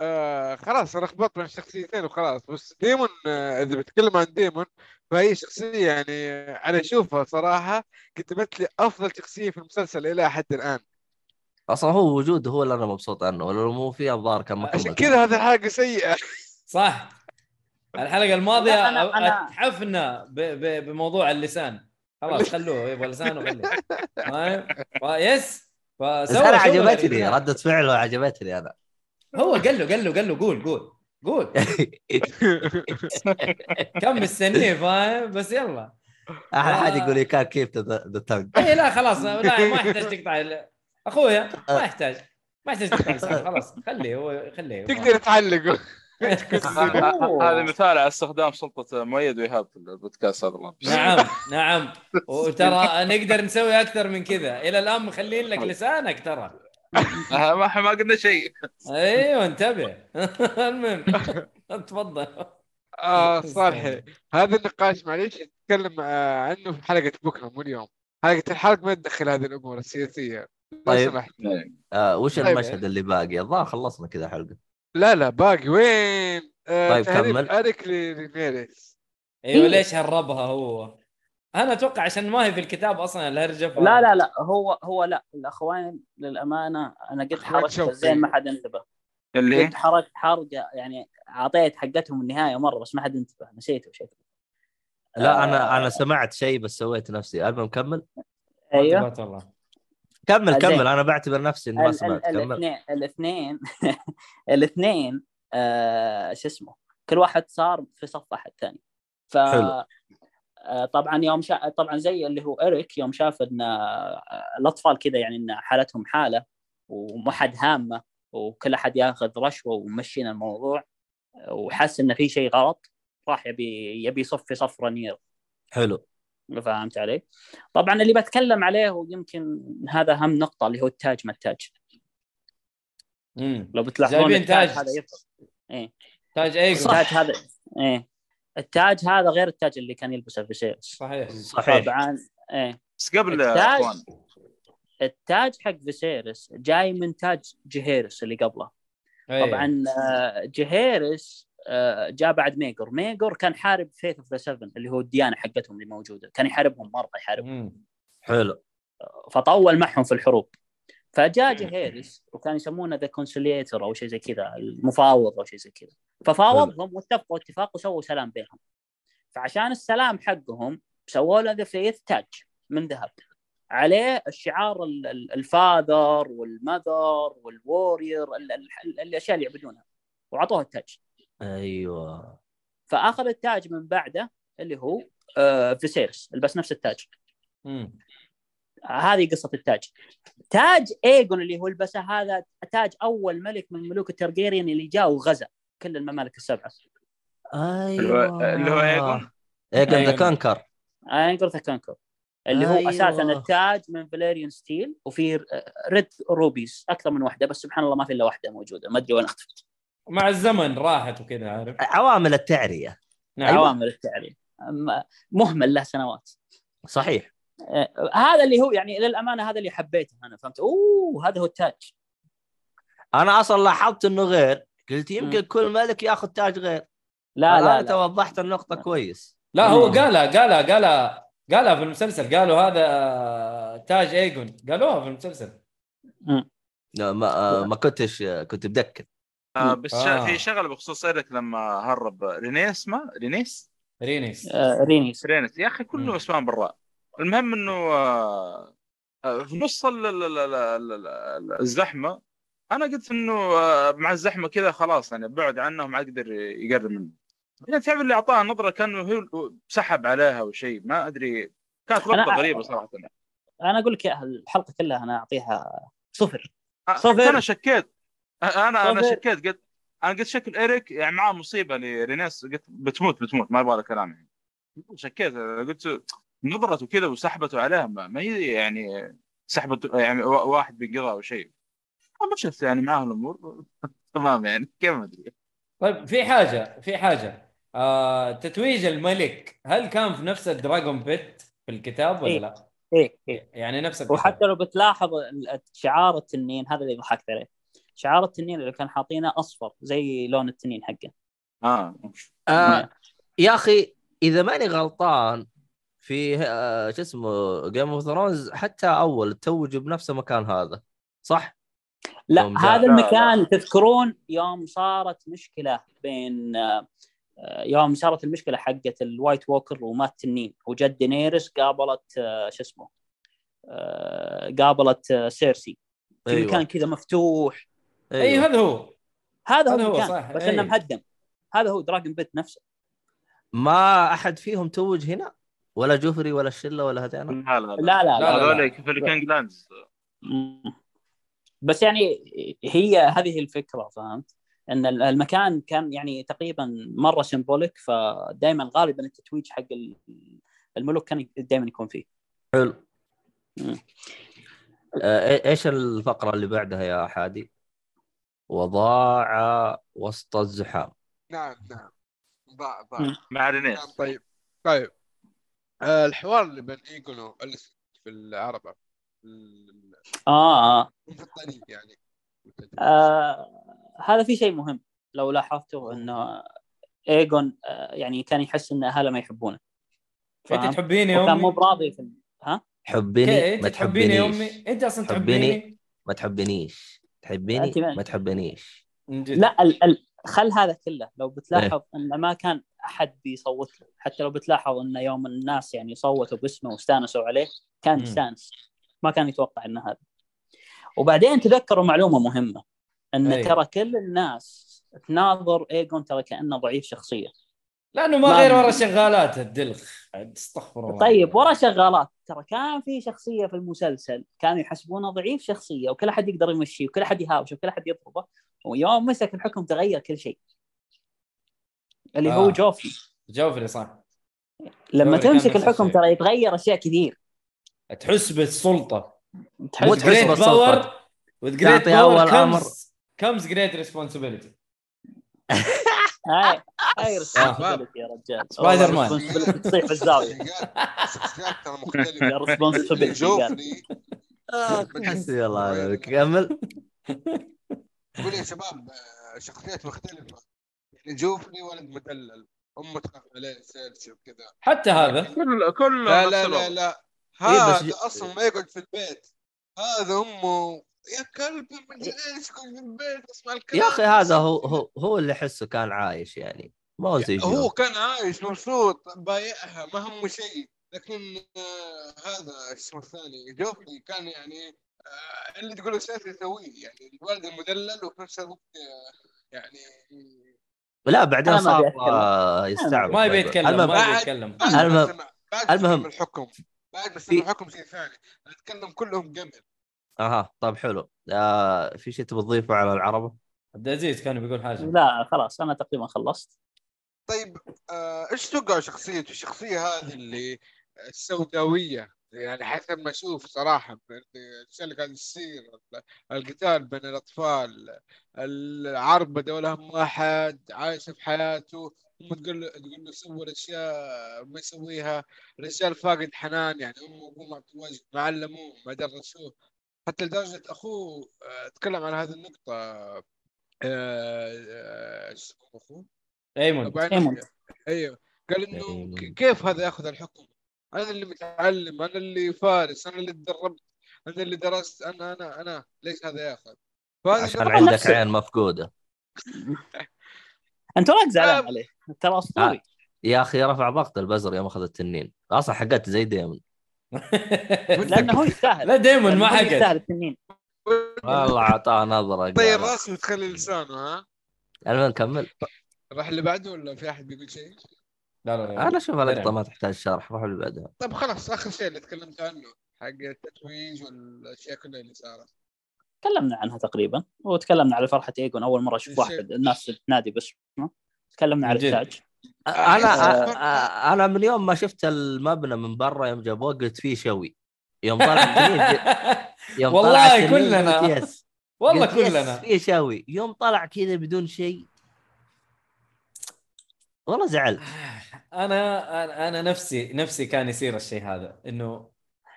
Speaker 3: آه خلاص انا لخبطت بين الشخصيتين وخلاص بس ديمون آه، اذا بتكلم عن ديمون فهي شخصية يعني آه، انا اشوفها صراحة قدمت لي افضل شخصية في المسلسل الى حد الان
Speaker 1: اصلا هو وجوده هو اللي انا مبسوط عنه ولو مو فيه الظاهر كان ما
Speaker 3: عشان
Speaker 1: كمل
Speaker 3: كذا هذه الحلقة سيئة
Speaker 4: صح الحلقه الماضيه
Speaker 6: لا، أنا- أنا-
Speaker 4: اتحفنا ب- ب- بموضوع اللسان خلاص خلوه يبغى لسانه خليه فاهم؟ فا- يس
Speaker 1: بس انا
Speaker 4: فسوى شغل
Speaker 1: عجبتني
Speaker 4: الرجال.
Speaker 1: ردة فعله عجبتني انا
Speaker 4: هو قال له قال له قال له قول قول قول كم مستنيه فاهم بس يلا
Speaker 1: احلى حاجة يقول لي كان كيف ذا تانج
Speaker 4: اي لا خلاص لا ما يحتاج تقطع ال- اخويا ما يحتاج ما يحتاج تقطع لسانه، خلاص خليه هو خليه
Speaker 3: تقدر تعلقه
Speaker 5: ه- هذا مثال على استخدام سلطه مؤيد وايهاب في البودكاست هذا الله
Speaker 4: نعم نعم وترى نقدر نسوي اكثر من كذا الى الان مخلين لك لسانك ترى
Speaker 5: آه، ما إحنا ما قلنا شيء
Speaker 4: ايوه انتبه المهم تفضل
Speaker 3: آه صالحي هذا النقاش معليش نتكلم آه عنه في حلقة بكرة مو اليوم حلقة الحلقة ما تدخل هذه الأمور السياسية لو
Speaker 1: طيب.
Speaker 3: سمحت.
Speaker 5: نعم.
Speaker 1: آه وش
Speaker 3: طيب.
Speaker 1: المشهد اللي باقي؟ الظاهر خلصنا كذا حلقة
Speaker 3: لا لا باقي وين؟ آه
Speaker 1: طيب،
Speaker 3: تهريب
Speaker 1: كمل.
Speaker 3: أريك لريميريس
Speaker 4: ايوه ليش هربها هو؟ انا اتوقع عشان ما هي في الكتاب اصلا الهرجه ف-
Speaker 6: لا لا لا هو هو لا الاخوان للامانه انا قلت
Speaker 3: أخوان
Speaker 6: حركه
Speaker 3: شوقي.
Speaker 6: زين ما حد انتبه
Speaker 5: اللي هي
Speaker 6: قلت حركه حرقه يعني اعطيت حقتهم النهايه مره بس ما حد انتبه نسيته شكله آه،
Speaker 1: لا انا انا سمعت شيء بس سويت نفسي المهم كمل
Speaker 6: ايوه
Speaker 4: انتبهت والله
Speaker 1: كمل
Speaker 6: زين.
Speaker 1: كمل انا بعتبر نفسي اني ما
Speaker 6: ال-
Speaker 1: سمعت
Speaker 6: ال-
Speaker 1: كمل
Speaker 6: الاثنين الاثنين الاثنين آه، شو اسمه كل واحد صار في صف احد ثاني ف
Speaker 1: حلو.
Speaker 6: آه، طبعا يوم شا... طبعا زي اللي هو اريك يوم شاف ان آه، الاطفال كذا يعني ان حالتهم حاله وما حد هامه وكل احد ياخذ رشوه ومشينا الموضوع آه، وحس ان في شيء غلط راح يبي يبي يصف في صف رنير
Speaker 1: حلو
Speaker 6: فهمت علي؟ طبعا اللي بتكلم عليه ويمكن هذا اهم نقطه اللي هو التاج ما التاج
Speaker 4: امم
Speaker 6: لو بتلاحظون
Speaker 4: جايبين
Speaker 6: التاج
Speaker 4: تاج.
Speaker 6: هذا يفرق
Speaker 4: تاج ايجل
Speaker 6: التاج هذا ايه التاج هذا غير التاج اللي كان يلبسه في فيسيرس
Speaker 4: صحيح
Speaker 1: صحيح
Speaker 6: طبعا ايه
Speaker 5: بس قبل
Speaker 6: التاج.
Speaker 5: يا اخوان
Speaker 6: التاج حق فيسيرس جاي من تاج جهيرس اللي قبله
Speaker 4: أيوة.
Speaker 6: طبعا آه، جهيرس آه، جاء بعد ميجور ميجور كان حارب فيث اوف ذا سفن اللي هو الديانه حقتهم اللي موجوده كان يحاربهم مره يحاربهم
Speaker 4: أمم.
Speaker 1: حلو
Speaker 6: فطول معهم في الحروب فجاء جهيرس وكان يسمونه ذا كونسليتر او شيء زي كذا المفاوض او شيء زي كذا ففاوضهم واتفقوا اتفاق وسووا سلام بينهم فعشان السلام حقهم سووا له ذا فيث تاج من ذهب عليه الشعار ال- ال- الفاذر والمذر والوورير ال- ال- ال- الاشياء اللي يعبدونها واعطوه التاج
Speaker 1: ايوه
Speaker 6: فاخذ التاج من بعده اللي هو آه، فيسيرس البس نفس التاج
Speaker 4: أمم.
Speaker 6: هذه قصه التاج تاج ايجون اللي هو لبسه هذا تاج اول ملك من ملوك الترجيريان اللي جاء وغزا كل الممالك السبعه
Speaker 1: ايوه
Speaker 5: اللي هو إيجون؟
Speaker 1: ايجون ذا
Speaker 4: أيوة.
Speaker 1: كونكر
Speaker 6: انجر ذا كانكر اللي هو
Speaker 1: أيوة.
Speaker 6: أيوة. اساسا التاج من فاليريان ستيل وفيه ريد روبيز اكثر من واحده بس سبحان الله ما في الا واحده موجوده ما ادري وين اختفت
Speaker 4: مع الزمن راحت وكذا عارف
Speaker 1: عوامل التعريه
Speaker 4: نعم
Speaker 6: أيوة. عوامل التعريف أما- مهمل له سنوات
Speaker 1: صحيح
Speaker 6: آه، هذا اللي هو يعني للامانه هذا اللي حبيته انا فهمت اوه هذا هو التاج
Speaker 1: انا اصلا لاحظت انه غير قلت يمكن
Speaker 6: مم.
Speaker 1: كل ملك ياخذ تاج غير
Speaker 6: لا
Speaker 1: الآن
Speaker 6: لا,
Speaker 1: انت
Speaker 6: لا.
Speaker 1: وضحت النقطه كويس
Speaker 4: لا هو
Speaker 6: أمم.
Speaker 4: قالها قالها قالها قالها في المسلسل قالوا هذا آه، تاج ايجون قالوها في المسلسل
Speaker 1: لا، ما آه، ما كنتش آه، كنت مدكر
Speaker 5: آه، بس
Speaker 4: آه.
Speaker 5: شا- في شغله بخصوص ايريك لما هرب رينيس ما رينيس
Speaker 4: رينيس
Speaker 6: آه، رينيس
Speaker 5: رينيس يا اخي
Speaker 4: مم.
Speaker 5: كله اسماء بالراء المهم انه آه، آه، في نص ال- ال- ال- ال- ال- ال- الزحمه انا قلت انه آه، مع الزحمه كذا خلاص يعني بعد عنهم ما اقدر يقرب منه يعني تعرف اللي اعطاها نظره كانه هو سحب عليها او شيء ما ادري كانت
Speaker 6: أنا
Speaker 5: لقطه
Speaker 6: أع-
Speaker 5: غريبه صراحه
Speaker 6: انا اقول لك يا، الحلقه كلها انا اعطيها صفر
Speaker 5: أ-
Speaker 6: صفر.
Speaker 5: انا شكيت أ- انا انا
Speaker 6: صفر.
Speaker 5: شكيت قلت انا قلت شكل اريك يعني معاه مصيبه لرينيس قلت بتموت بتموت ما يبغى لها كلام يعني شكيت قلت نظرته كذا وسحبته عليها ما, ما هي يعني سحبته يعني وا- واحد بينقضها او شيء مشت يعني معاه الامور تمام يعني كيف ما ادري
Speaker 4: طيب في حاجه في حاجه آه تتويج الملك هل كان في نفس الدراجون بيت في الكتاب ولا
Speaker 6: إيه.
Speaker 4: لا؟
Speaker 6: ايه ايه
Speaker 4: يعني نفس الكتاب
Speaker 6: وحتى لو بتلاحظ ال- شعار التنين هذا اللي ضحكت عليه شعار التنين اللي كان حاطينه اصفر زي لون التنين حقه
Speaker 5: اه
Speaker 1: آه يا اخي اذا ماني غلطان في آه شو اسمه جيم اوف ثرونز حتى اول توج بنفس المكان هذا صح؟ يوم
Speaker 6: لا
Speaker 1: جاء-
Speaker 6: هذا
Speaker 5: لا،
Speaker 6: المكان تذكرون يوم صارت مشكله بين آه، آه، يوم صارت المشكله حقت الوايت ووكر ومات تنين وجد دينيرس قابلت آه، شو اسمه آه، قابلت آه، سيرسي في
Speaker 1: أيوة.
Speaker 6: مكان كذا مفتوح
Speaker 4: اي
Speaker 1: ايوه
Speaker 6: أيوه.
Speaker 4: إيه، هذا هو
Speaker 6: هذا
Speaker 4: هذا
Speaker 6: هو
Speaker 4: هو
Speaker 6: المكان
Speaker 4: صح،
Speaker 6: بس
Speaker 4: أي.
Speaker 6: انه مهدم هذا هو دراجون بيت نفسه
Speaker 1: ما احد فيهم توج هنا ولا جوفري ولا الشله ولا هذينا
Speaker 5: لا لا
Speaker 6: لا لا
Speaker 4: لا،
Speaker 6: لا,
Speaker 4: لا.
Speaker 5: هذول كفر كينج لاندز
Speaker 6: بس يعني هي هذه الفكره فهمت ان ال- المكان كان يعني تقريبا مره سيمبوليك فدائما غالبا التتويج حق ال- الملوك كان دائما يكون فيه
Speaker 1: حلو
Speaker 6: مم.
Speaker 1: آه إي- ايش الفقره اللي بعدها يا حادي؟ وضاع وسط الزحام
Speaker 3: نعم نعم ضاع ضاع
Speaker 6: مم.
Speaker 5: مع
Speaker 3: نعم،
Speaker 5: رينيس
Speaker 3: طيب طيب آه، الحوار اللي بين ايجون واليسن في العربة ال-
Speaker 6: اه, آه.
Speaker 3: في الطريق يعني
Speaker 6: آه هذا في شيء مهم لو لاحظتوا انه ايجون آه يعني كان يحس ان اهله ما يحبونه
Speaker 4: انت
Speaker 6: فاهم؟
Speaker 4: تحبيني يا
Speaker 6: وكان
Speaker 4: امي
Speaker 6: مو براضي في
Speaker 1: حبني
Speaker 4: انت
Speaker 1: إيه، ما
Speaker 4: تحبيني يا
Speaker 1: تحبنيش
Speaker 4: امي انت اصلا
Speaker 1: حبيني.
Speaker 4: تحبيني
Speaker 1: ما تحبنيش تحبيني
Speaker 6: أنت ما-
Speaker 1: ما تحبنيش
Speaker 4: من جد.
Speaker 6: لا ال ال خل هذا كله لو بتلاحظ انه ما كان احد بيصوت له حتى لو بتلاحظ انه يوم الناس يعني صوتوا باسمه واستانسوا عليه كان
Speaker 4: مم.
Speaker 6: مستانس ما كان يتوقع انه هذا وبعدين تذكروا معلومه مهمه ان
Speaker 4: أي.
Speaker 6: ترى كل الناس تناظر ايجون ترى كانه ضعيف شخصيه
Speaker 4: لانه ما
Speaker 6: ما-
Speaker 4: غير ورا شغالات الدلخ عاد استغفر الله
Speaker 6: طيب ورا شغالات ترى كان في شخصيه في المسلسل كانوا يحسبونه ضعيف شخصيه وكل احد يقدر يمشيه وكل احد يهاوشه وكل احد يضربه ويوم مسك الحكم تغير كل شيء اللي هو
Speaker 4: آه.
Speaker 6: جوفري
Speaker 4: جوفري صح
Speaker 6: لما
Speaker 4: جوفري كان
Speaker 6: تمسك
Speaker 4: نفس
Speaker 6: الحكم
Speaker 4: الشيء.
Speaker 6: ترى يتغير اشياء كثير
Speaker 4: تحس بالسلطه
Speaker 1: مو
Speaker 4: With
Speaker 1: تحس
Speaker 4: great
Speaker 1: بالسلطة.
Speaker 4: power- with great
Speaker 1: تعطي
Speaker 4: power
Speaker 1: أول
Speaker 4: comes-
Speaker 1: أمر.
Speaker 4: comes great responsibility
Speaker 6: هاي هاي responsibility يا رجال
Speaker 4: سبايدر مان.
Speaker 6: responsibility تصيح في الزاويه
Speaker 3: شخصيات ترى مختلفة يعني
Speaker 6: يا responsibility قال.
Speaker 3: جوفري
Speaker 1: حسبي الله عليك كمل
Speaker 3: يقول يا شباب آه، شخصيات مختلفة يعني جوفري ولد مدلل امه تخاف عليه سيرسي وكذا
Speaker 4: حتى هذا
Speaker 5: كل كل
Speaker 3: لا
Speaker 5: نفس
Speaker 3: لا لا
Speaker 5: الوضع.
Speaker 3: لا
Speaker 1: إيه، بس
Speaker 3: هذا
Speaker 1: ج-
Speaker 3: اصلا ما يقعد في البيت هذا امه يا كلب ما ادري ايش يقعد في البيت اسمع الكلام
Speaker 1: إيه. يا اخي هذا هو هو هو اللي احسه كان عايش يعني ما هو زي
Speaker 3: هو
Speaker 1: شو
Speaker 3: كان عايش مبسوط بايعها ما همه شيء لكن آه هذا اسمه الثاني جوفري كان يعني آه اللي تقوله سياسي يسويه يعني الولد المدلل وفي نفس الوقت آه يعني
Speaker 1: لا بعدين
Speaker 6: أنا ما
Speaker 1: صار
Speaker 6: أبي أتكلم.
Speaker 1: آه، يستعبط
Speaker 4: ما يبي يتكلم
Speaker 1: المهم
Speaker 4: ما يبي
Speaker 3: بعد-
Speaker 4: يتكلم
Speaker 3: بعد ما
Speaker 1: المهم-
Speaker 3: سمع- بعد
Speaker 1: المهم.
Speaker 3: المهم الحكم بعد بس
Speaker 1: في-
Speaker 3: الحكم شيء ثاني نتكلم كلهم قبل
Speaker 1: اها طيب حلو آه في شيء تبي تضيفه على العربه؟
Speaker 4: عبد العزيز كان بيقول حاجه
Speaker 6: لا خلاص انا تقريبا خلصت
Speaker 3: طيب آه، ايش توقع شخصية الشخصية هذه اللي السوداوية يعني حسب ما اشوف صراحة يعني الاشياء اللي قاعد تصير القتال بين الاطفال العربدة ولا هم احد عايشة في حياته أمه تقول له تقول له سوي الاشياء ما يسويها رجال فاقد حنان يعني امه وابوه ما عطوه وجه ما علموه ما درسوه حتى لدرجة اخوه آه، تكلم عن هذه النقطة آه، آه، ايش اسمه اخوه؟
Speaker 4: ايمن
Speaker 3: أبو عنب.
Speaker 6: ايمون
Speaker 3: ايوه قال
Speaker 1: إيه.
Speaker 3: انه ك- كيف هذا ياخذ الحكم؟ انا اللي متعلم، انا اللي فارس، انا اللي تدربت، انا اللي درست، انا انا انا ليش هذا ياخذ؟ فهذه
Speaker 1: عشان
Speaker 3: نقطة-
Speaker 1: عندك
Speaker 6: نفسه.
Speaker 1: عين مفقوده
Speaker 6: انت وراك زعلان
Speaker 3: آه.
Speaker 6: عليه ترى اسطوري
Speaker 1: يا اخي رفع ضغط البزر يوم اخذ التنين اصلا حقت زي ديمن
Speaker 6: لانه هو يستاهل
Speaker 4: لا دايما
Speaker 6: لأنه
Speaker 4: آه. ما
Speaker 6: هو
Speaker 4: حقت
Speaker 6: يستاهل التنين
Speaker 1: والله اعطاه نظره
Speaker 4: طيب،
Speaker 3: طير
Speaker 1: قال.
Speaker 3: راسه تخلي لسانه ها
Speaker 1: المهم نكمل
Speaker 3: راح اللي بعده ولا في احد بيقول شيء؟
Speaker 4: لا لا لا
Speaker 1: انا اشوف اللقطه
Speaker 4: نعم.
Speaker 1: ما تحتاج شرح روحوا اللي بعدها
Speaker 3: طيب خلاص اخر شيء اللي تكلمت عنه حق التتويج والاشياء كلها اللي صارت
Speaker 6: تكلمنا عنها تقريبا وتكلمنا على فرحه ايجون اول مره اشوف
Speaker 3: بالشيء.
Speaker 6: واحد الناس تنادي باسمه تكلمنا على
Speaker 4: من جد.
Speaker 6: التاج
Speaker 1: انا
Speaker 3: أحس-
Speaker 1: أ- انا من يوم ما شفت المبنى من برا يوم جابوه قلت فيه شوي يوم طلع التنين يوم طلع
Speaker 4: والله
Speaker 1: التنين
Speaker 4: كلنا.
Speaker 1: قلت يس
Speaker 4: والله
Speaker 1: قلت يس
Speaker 4: كلنا
Speaker 1: فيه شوي يوم طلع كذا بدون شيء والله زعلت
Speaker 4: انا انا انا نفسي نفسي كان يصير الشيء هذا انه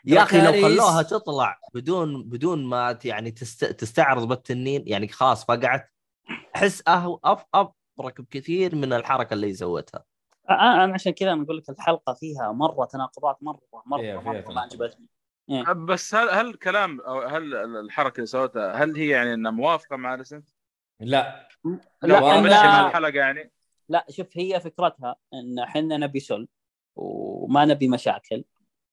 Speaker 1: يا اخي لو
Speaker 4: دراكاريس-
Speaker 1: خلوها تطلع بدون بدون ما ت- يعني تست... تستعرض بالتنين يعني خلاص فقعت احس أهو أف... ابرك بكثير من الحركه اللي سوتها
Speaker 6: أ- انا آه، عشان كذا انا اقول لك الحلقه فيها مره تناقضات مره مره
Speaker 4: فيها-
Speaker 6: مره,
Speaker 4: فيها
Speaker 6: ما
Speaker 4: تناقضات.
Speaker 6: عجبتني
Speaker 5: بس هل هل الكلام او هل الحركه اللي سوتها هل هي يعني انها موافقه مع الاسم؟
Speaker 4: لا
Speaker 6: لا
Speaker 4: والله
Speaker 5: ماشي مع
Speaker 6: أنا...
Speaker 5: الحلقه يعني
Speaker 6: لا شوف هي فكرتها ان احنا نبي سل وما نبي مشاكل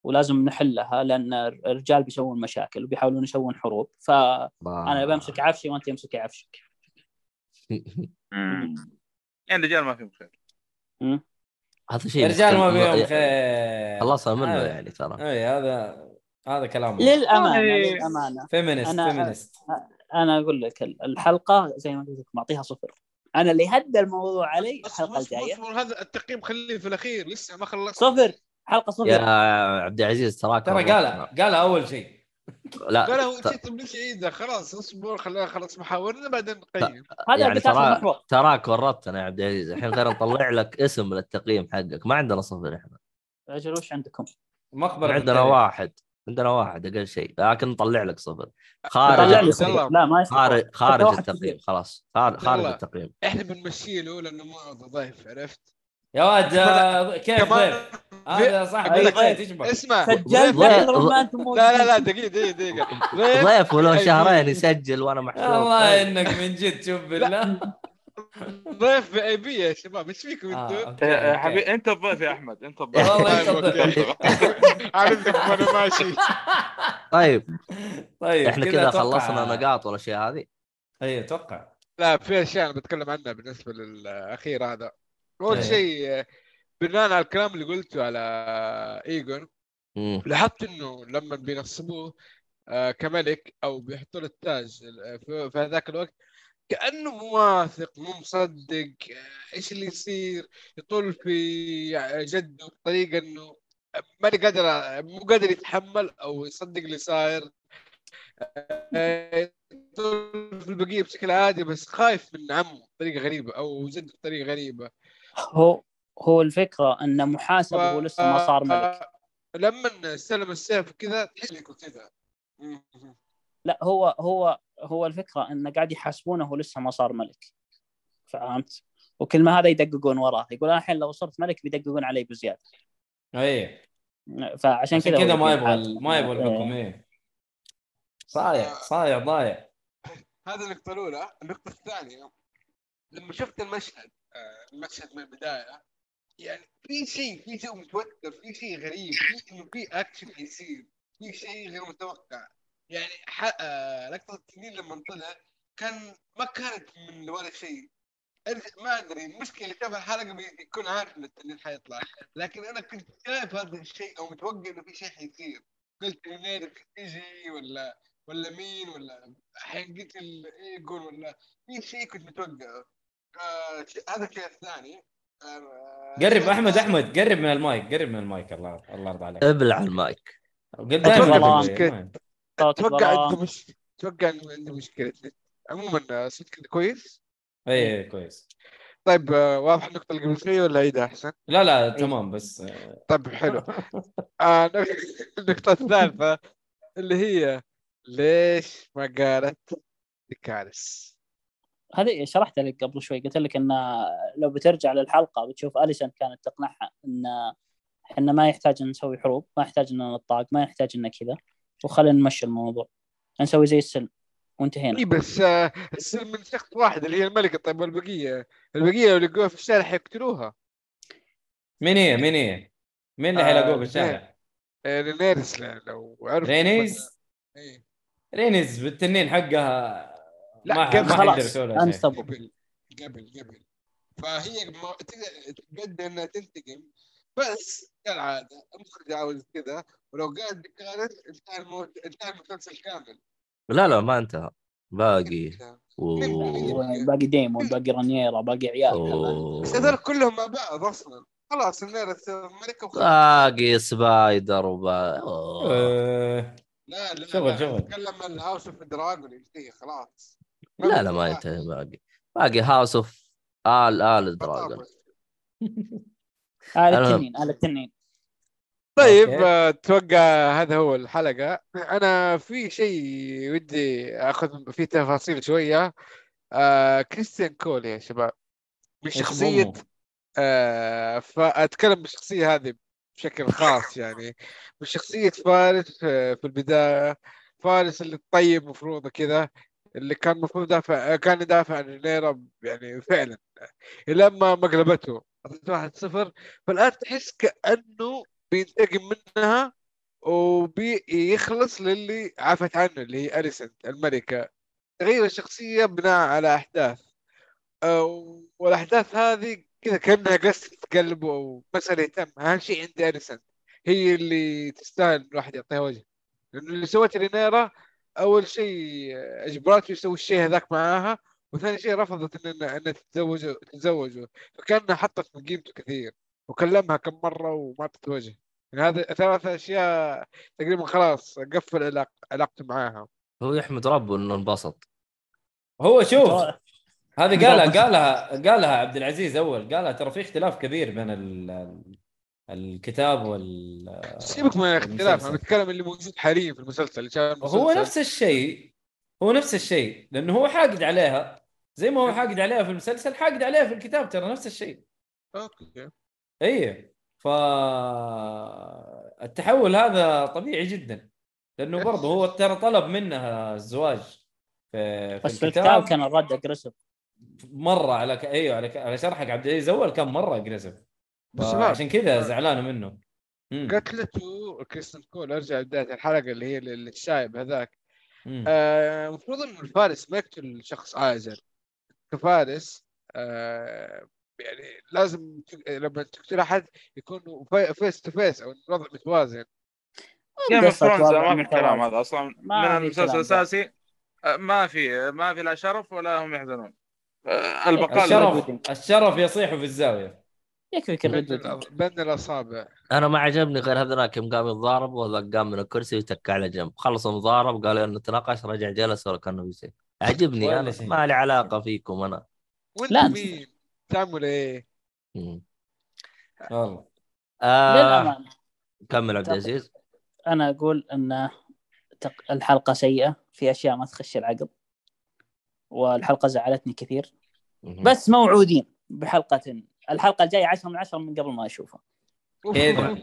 Speaker 6: ولازم نحلها لان الرجال بيسوون مشاكل وبيحاولون يسوون حروب فانا
Speaker 1: انا
Speaker 6: بمسك عفشي وانت امسك عفشك
Speaker 5: مم. يعني الرجال ما فيهم خير
Speaker 1: هذا شيء
Speaker 4: يا رجال ما
Speaker 1: مختلف.
Speaker 4: فيهم خير
Speaker 1: خلصنا منه
Speaker 4: آه.
Speaker 1: يعني ترى
Speaker 4: اي هذا هذا كلام
Speaker 6: للامانه
Speaker 5: والله-
Speaker 6: للامانه
Speaker 4: فيمينست
Speaker 6: أنا-
Speaker 4: فيمينست
Speaker 6: انا اقول لك ال- الحلقه زي ما قلت لك معطيها صفر انا اللي هدى الموضوع علي الحلقه
Speaker 3: أصبر-
Speaker 6: الجايه
Speaker 3: أصبر، هذا التقييم خليه في الاخير لسه ما خلصت
Speaker 6: صفر حلقه صفر
Speaker 1: يا عبد العزيز تراك
Speaker 4: طيب. ترى قالها قالها اول شيء
Speaker 3: قال هو
Speaker 1: لا ت-
Speaker 3: انت تبلش عيده خلاص اصبر خلينا خلاص محاورنا بعدين نقيم
Speaker 6: هذا
Speaker 1: يعني
Speaker 6: يعني
Speaker 1: ترى-
Speaker 6: المحور
Speaker 1: تراك ورطتنا يا عبد العزيز الحين غير نطلع لك اسم للتقييم حقك ما عندنا صفر احنا
Speaker 6: اجل وش عندكم؟
Speaker 4: مقبره
Speaker 1: عندنا
Speaker 4: الدرب.
Speaker 1: واحد عندنا واحد اقل شيء لكن نطلع لك صفر خارج
Speaker 6: طلع لي
Speaker 1: التقييم.
Speaker 6: صفر لا ما يصير
Speaker 1: خارج خارج
Speaker 6: واحد
Speaker 1: التقييم
Speaker 6: كثير.
Speaker 1: خلاص خارج, خارج
Speaker 3: يلا.
Speaker 1: التقييم
Speaker 3: احنا بنمشيه له لانه ما ضيف عرفت
Speaker 4: يا واد آه، كيف
Speaker 3: كمان
Speaker 4: ضيف هذا صاحب
Speaker 6: أي
Speaker 4: البيت
Speaker 1: طيب.
Speaker 6: ضيف.
Speaker 4: تشبه
Speaker 3: اسمع
Speaker 6: سجلت
Speaker 1: ضيف-
Speaker 6: اكثر ما انتم
Speaker 3: لا لا
Speaker 6: موجودين.
Speaker 3: لا دقيقه دقيقه دقيقه ضيف
Speaker 1: ضيف ولو
Speaker 3: أي-
Speaker 1: شهرين يسجل وانا محسوب
Speaker 4: والله انك من جد شوف بالله
Speaker 3: ضيف في اي بي يا شباب ايش فيكم
Speaker 4: آه،
Speaker 3: انتم؟
Speaker 4: أوكي،
Speaker 5: يا
Speaker 4: أوكي.
Speaker 5: إيه، حبيبي انت الضيف يا احمد انت الضيف
Speaker 4: والله أنت
Speaker 3: طيب،
Speaker 4: الضيف.
Speaker 3: أوكي. عرفتك وانا ماشي
Speaker 1: طيب
Speaker 4: طيب
Speaker 1: احنا كذا
Speaker 4: أتوقع-
Speaker 1: خلصنا نقاط والاشياء هذه
Speaker 4: اي اتوقع
Speaker 3: لا في اشياء انا بتكلم عنها بالنسبه للاخير هذا
Speaker 4: إيه.
Speaker 3: اول شيء بناء على الكلام اللي قلته على ايجون
Speaker 1: مم.
Speaker 3: لاحظت انه لما بينصبوه آه، كملك او بيحطوا له التاج في في هذاك الوقت كانه مو واثق مو مصدق آه، ايش اللي يصير يطول في جده بطريقه انه ماني قادر مو قادر يتحمل او يصدق اللي صاير آه، يطول في البقيه بشكل عادي بس خايف من عمه بطريقه غريبه او جده بطريقه غريبه
Speaker 6: هو هو الفكره انه محاسب وهو لسه ما صار ملك
Speaker 3: آه، لما استلم السيف كذا تحس إنه كذا
Speaker 6: لا هو هو هو الفكره انه قاعد يحاسبونه وهو لسه ما صار ملك فهمت؟ وكل ما هذا يدققون وراه يقول أنا الحين لو صرت ملك بيدققون علي بزياده
Speaker 4: اي
Speaker 6: فعشان
Speaker 4: إيه، عشان
Speaker 6: كذا
Speaker 4: كذا
Speaker 6: هو
Speaker 4: ما
Speaker 6: يقول
Speaker 4: يبغى ال- ما يبغى
Speaker 6: إيه.
Speaker 4: الحكم اي صايع صايع ضايع
Speaker 3: هذا النقطة الأولى، النقطة الثانية لما شفت المشهد آه، المشهد من البداية يعني في شيء في جو متوتر في شيء غريب في انه في اكشن حيصير في شيء غير متوقع يعني ح... آه، لقطة التنين لما طلع كان ما كانت من ولا شيء أرج- ما ادري المشكله كيف الحلقه بيكون عارف ان التنين حيطلع لكن انا كنت شايف هذا الشيء او متوقع انه في شيء حيصير قلت منين تيجي ولا ولا مين ولا حيقتل ايجون ولا في شيء كنت متوقعه آه ش- هذا الشيء الثاني آه،
Speaker 4: قرب احمد احمد قرب من المايك قرب من المايك الله الله يرضى عليك
Speaker 1: ابلع المايك
Speaker 4: قدام
Speaker 6: والله
Speaker 4: المايك.
Speaker 6: صوتك
Speaker 3: اتوقع
Speaker 6: برا.
Speaker 3: عنده مش اتوقع انه عنده مشكله عموما آه، صوت كده كويس
Speaker 4: اي إي، إيه، كويس
Speaker 3: طيب آه، واضح النقطه اللي قبل شوي ولا عيدها احسن
Speaker 4: لا لا تمام بس آه،
Speaker 3: طيب حلو آه، نك- النقطه الثالثه اللي هي ليش ما قالت لكارس
Speaker 6: هذه شرحت لك قبل شوي قلت لك ان لو بترجع للحلقه بتشوف اليسن كانت تقنعها ان احنا ما يحتاج إن نسوي حروب ما يحتاج ان نطاق ما يحتاج ان كذا وخلينا نمشي الموضوع نسوي زي السلم وانتهينا
Speaker 3: اي
Speaker 4: طيب،
Speaker 3: بس آه، تصير من شخص واحد اللي هي الملكه طيب والبقيه البقيه لو لقوها في الشارع حيقتلوها
Speaker 4: مين هي مين هي مين اللي
Speaker 3: آه،
Speaker 4: حيلاقوه بالشارع
Speaker 3: آه، لينيرس لا- لو عرف
Speaker 4: رينيز
Speaker 3: إيه.
Speaker 4: رينيز بالتنين حقها
Speaker 3: لا،
Speaker 4: ما
Speaker 3: قبل
Speaker 4: ما حقدر
Speaker 6: خلاص
Speaker 4: يسوي لها شيء.
Speaker 6: انسبل
Speaker 3: قبل قبل قبل فهي ما تقدر تقدر انها تنتقم بس كالعاده المخرج عاوز كذا ولو قاعد كانت انتهى الموت- انتهى المسلسل كامل
Speaker 1: لا لا ما انتهى باقي و...
Speaker 6: باقي ديمون باقي رانيرا باقي عيال
Speaker 1: و-
Speaker 3: بس هذول كلهم مع بعض اصلا خلاص النيرس ملك
Speaker 1: آه،
Speaker 3: وخلاص
Speaker 1: باقي سبايدر وبا أوه.
Speaker 4: آه،
Speaker 3: لا لا
Speaker 4: شغل-
Speaker 3: لا،
Speaker 4: شغل.
Speaker 3: نتكلم عن هاوس اوف دراجون ينتهي خلاص
Speaker 1: لا لا ما ينتهي باقي باقي هاوس اوف ال ال دراجون
Speaker 3: بطاطا.
Speaker 6: آل
Speaker 1: المهم.
Speaker 6: التنين آل التنين
Speaker 3: طيب
Speaker 4: أوكي.
Speaker 3: آه، اتوقع هذا هو الحلقه انا في شيء ودي اخذ فيه تفاصيل شويه آه كريستيان كول يا شباب
Speaker 4: إيش
Speaker 3: بشخصيه
Speaker 4: بأمه؟
Speaker 3: آه فاتكلم بالشخصيه هذه بشكل خاص يعني بشخصيه فارس آه، في البدايه فارس اللي الطيب مفروض كذا اللي كان المفروض دافع آه، كان يدافع عن رينيرا يعني فعلا لما ما قلبته اعطيته واحد صفر فالان تحس كانه بينتقم منها وبيخلص للي عفت عنه اللي هي اليسنت الملكه تغير الشخصيه بناء على احداث أو- والاحداث هذه كذا كانها قصه قلب او مساله يتم اهم شيء عندي اليسنت هي اللي تستاهل الواحد يعطيها وجه لانه اللي سوته رينيرا اول شيء اجبرته يسوي الشيء هذاك معاها وثاني شيء رفضت ان ان تتزوج تتزوجه فكانها حطت من قيمته كثير وكلمها كم مره وما اعطت وجه يعني هذا ثلاث اشياء تقريبا خلاص قفل علاق- علاقته معاها
Speaker 1: هو يحمد ربه انه انبسط
Speaker 4: هو شوف هذه قالها
Speaker 6: طبعاً.
Speaker 4: قالها قالها عبد العزيز اول قالها ترى في اختلاف كبير بين ال- ال- الكتاب وال
Speaker 3: سيبك من الاختلاف انا
Speaker 4: المسلسل.
Speaker 3: بتكلم اللي موجود حاليا في المسلسل اللي شاف
Speaker 4: هو
Speaker 3: المسلسل.
Speaker 4: نفس الشيء هو نفس الشيء لانه هو حاقد عليها زي
Speaker 6: أه.
Speaker 4: ما هو حاقد عليها في المسلسل حاقد عليها في الكتاب ترى نفس الشيء
Speaker 3: اوكي
Speaker 4: اي ف التحول هذا طبيعي جدا
Speaker 6: أه.
Speaker 4: لانه برضه هو ترى طلب منها الزواج في, في
Speaker 6: بس الكتاب كان الرد اجريسف
Speaker 4: مره على ك... ايوه على, ك... على شرحك عبد العزيز اول كان مره اجريسف
Speaker 3: بس
Speaker 4: آه، عشان
Speaker 3: شباب
Speaker 4: كذا زعلان منه مم.
Speaker 3: قتلته كريستن كول ارجع لبدايه الحلقه اللي هي لل- للشايب هذاك
Speaker 4: مم.
Speaker 3: آه، المفروض انه الفارس ما يقتل شخص عاجل كفارس آه، يعني لازم ت- لما تقتل احد يكون فيس تو فيس او الوضع متوازن
Speaker 5: جيم اوف
Speaker 6: قصة
Speaker 5: ثرونز
Speaker 6: وضع
Speaker 5: ما في كلام
Speaker 6: متوازن.
Speaker 5: هذا اصلا
Speaker 6: ما
Speaker 5: من
Speaker 6: في
Speaker 5: المسلسل
Speaker 6: كلام.
Speaker 5: الاساسي آه، ما في ما في لا شرف ولا هم يحزنون آه، البقاء لله.
Speaker 4: الشرف الشرف يصيح في الزاويه
Speaker 6: يكفيك
Speaker 3: بين
Speaker 6: الريد
Speaker 3: الأ- بين الاصابع
Speaker 1: انا ما عجبني غير هذاك يوم قام يتضارب وهذاك قام من الكرسي وتكى على جنب خلص مضارب قالوا انه تناقش رجع جلس ولا كانه في شيء عجبني
Speaker 4: ولا
Speaker 1: انا
Speaker 4: شيء.
Speaker 1: ما لي علاقه فيكم انا
Speaker 3: وانت
Speaker 6: لا،
Speaker 3: مين؟ تعمل ايه؟
Speaker 1: مم.
Speaker 4: والله
Speaker 1: آه
Speaker 6: للامانه
Speaker 1: كمل عبد العزيز
Speaker 6: انا اقول ان تق- الحلقه سيئه في اشياء ما تخش العقل والحلقه زعلتني كثير
Speaker 1: مم.
Speaker 6: بس موعودين بحلقه الحلقه الجايه 10 من 10 من قبل ما اشوفها
Speaker 4: كذا.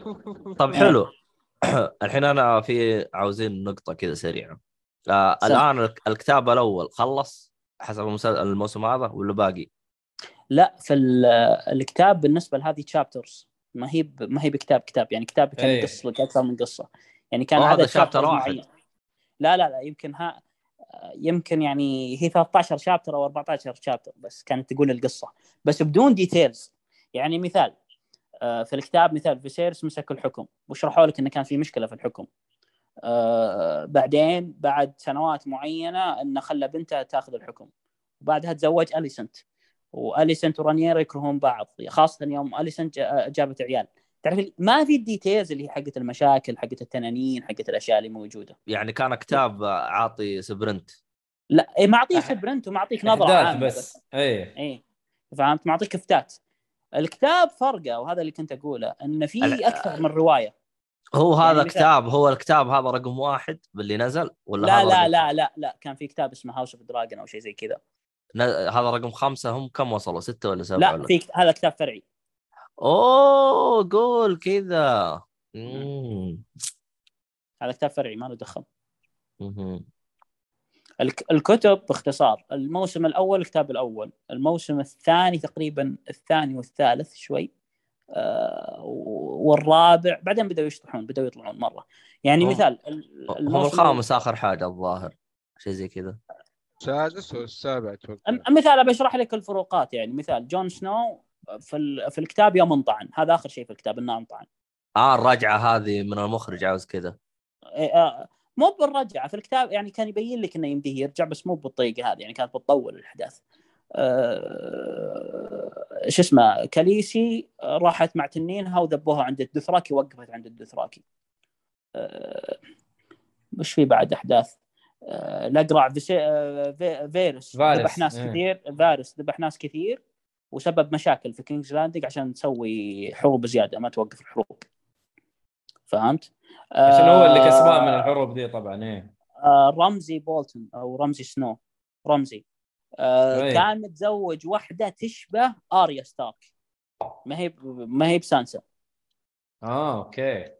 Speaker 1: طب حلو الحين انا في عاوزين نقطه كذا سريعه آه
Speaker 6: سم.
Speaker 1: الان الك- الكتاب الاول خلص حسب المسل- الموسم هذا ولا باقي؟
Speaker 6: لا في ال- الكتاب بالنسبه لهذه تشابترز ما هي ب- ما هي بكتاب كتاب يعني كتاب كان
Speaker 4: إيه.
Speaker 6: يقص لك اكثر من قصه يعني كان
Speaker 1: أو هذا
Speaker 6: عدد
Speaker 1: شابتر
Speaker 6: chapters
Speaker 1: واحد.
Speaker 6: معين. لا لا لا يمكن ها يمكن يعني هي 13 شابتر او 14 شابتر بس كانت تقول القصه بس بدون ديتيلز يعني مثال آه، في الكتاب مثال فيسيرس مسك الحكم وشرحوا لك انه كان في مشكله في الحكم آه، بعدين بعد سنوات معينه انه خلى بنته تاخذ الحكم وبعدها تزوج اليسنت واليسنت ورانير يكرهون بعض خاصه يوم اليسنت جا- جابت عيال تعرف ما في الديتيلز اللي هي حقت المشاكل حقت التنانين حقت الاشياء اللي موجوده
Speaker 1: يعني كان كتاب آه، عاطي سبرنت
Speaker 6: لا إيه، ما اعطيك
Speaker 4: أح-
Speaker 6: برنت وما اعطيك نظره
Speaker 4: احداث
Speaker 6: عامه
Speaker 4: بس إيه. اي
Speaker 6: اي إيه، فهمت معطيك افتات الكتاب فرقه وهذا اللي كنت اقوله ان في
Speaker 1: أنا-
Speaker 6: اكثر من روايه
Speaker 1: هو
Speaker 6: يعني
Speaker 1: هذا
Speaker 6: مثال-
Speaker 1: كتاب هو الكتاب هذا رقم واحد باللي نزل ولا
Speaker 6: لا
Speaker 1: هذا
Speaker 6: لا
Speaker 1: رقم
Speaker 6: لا لا لا كان في كتاب اسمه هاوس اوف دراجون او شيء زي كذا
Speaker 1: ن- هذا رقم خمسة هم كم وصلوا ستة ولا سبعة
Speaker 6: لا
Speaker 1: ولا
Speaker 6: في هذا كتاب فرعي
Speaker 1: اوه قول كذا مم.
Speaker 6: هذا كتاب فرعي ما له دخل
Speaker 1: مهم.
Speaker 6: الك- الكتب باختصار الموسم الاول الكتاب الاول الموسم الثاني تقريبا الثاني والثالث شوي آه، و- والرابع بعدين بداوا يشطحون بداوا يطلعون مره يعني
Speaker 1: هم-
Speaker 6: مثال
Speaker 1: هو الخامس اخر حاجه الظاهر شيء زي كذا
Speaker 3: السادس والسابع اتوقع
Speaker 6: أم- مثال ابي اشرح لك الفروقات يعني مثال جون سنو في ال- في الكتاب يوم انطعن هذا اخر شيء في الكتاب انه انطعن
Speaker 1: اه الرجعه هذه من المخرج عاوز كذا
Speaker 6: إيه، آه، مو بالرجعه في الكتاب يعني كان يبين لك انه يمديه يرجع بس مو بالطريقه هذه يعني كانت بتطول الاحداث آه، شو اسمه كاليسي راحت مع تنينها وذبوها عند الدثراكي وقفت عند الدثراكي آه، وش في بعد احداث آه، الاقرع فيسي- آه، في- فيروس
Speaker 4: فارس،
Speaker 6: ذبح ناس
Speaker 4: إيه.
Speaker 6: كثير فارس ذبح ناس كثير وسبب مشاكل في كينجز لاندنج عشان تسوي حروب زياده ما توقف الحروب فهمت؟
Speaker 4: عشان هو اللي
Speaker 6: آه،
Speaker 4: كسبان من الحروب دي طبعا ايه
Speaker 6: آه، رمزي بولتون او رمزي سنو رمزي آه،
Speaker 4: أي.
Speaker 6: كان متزوج واحده تشبه اريا ستارك ما هي ما هي بسانسا
Speaker 4: اه اوكي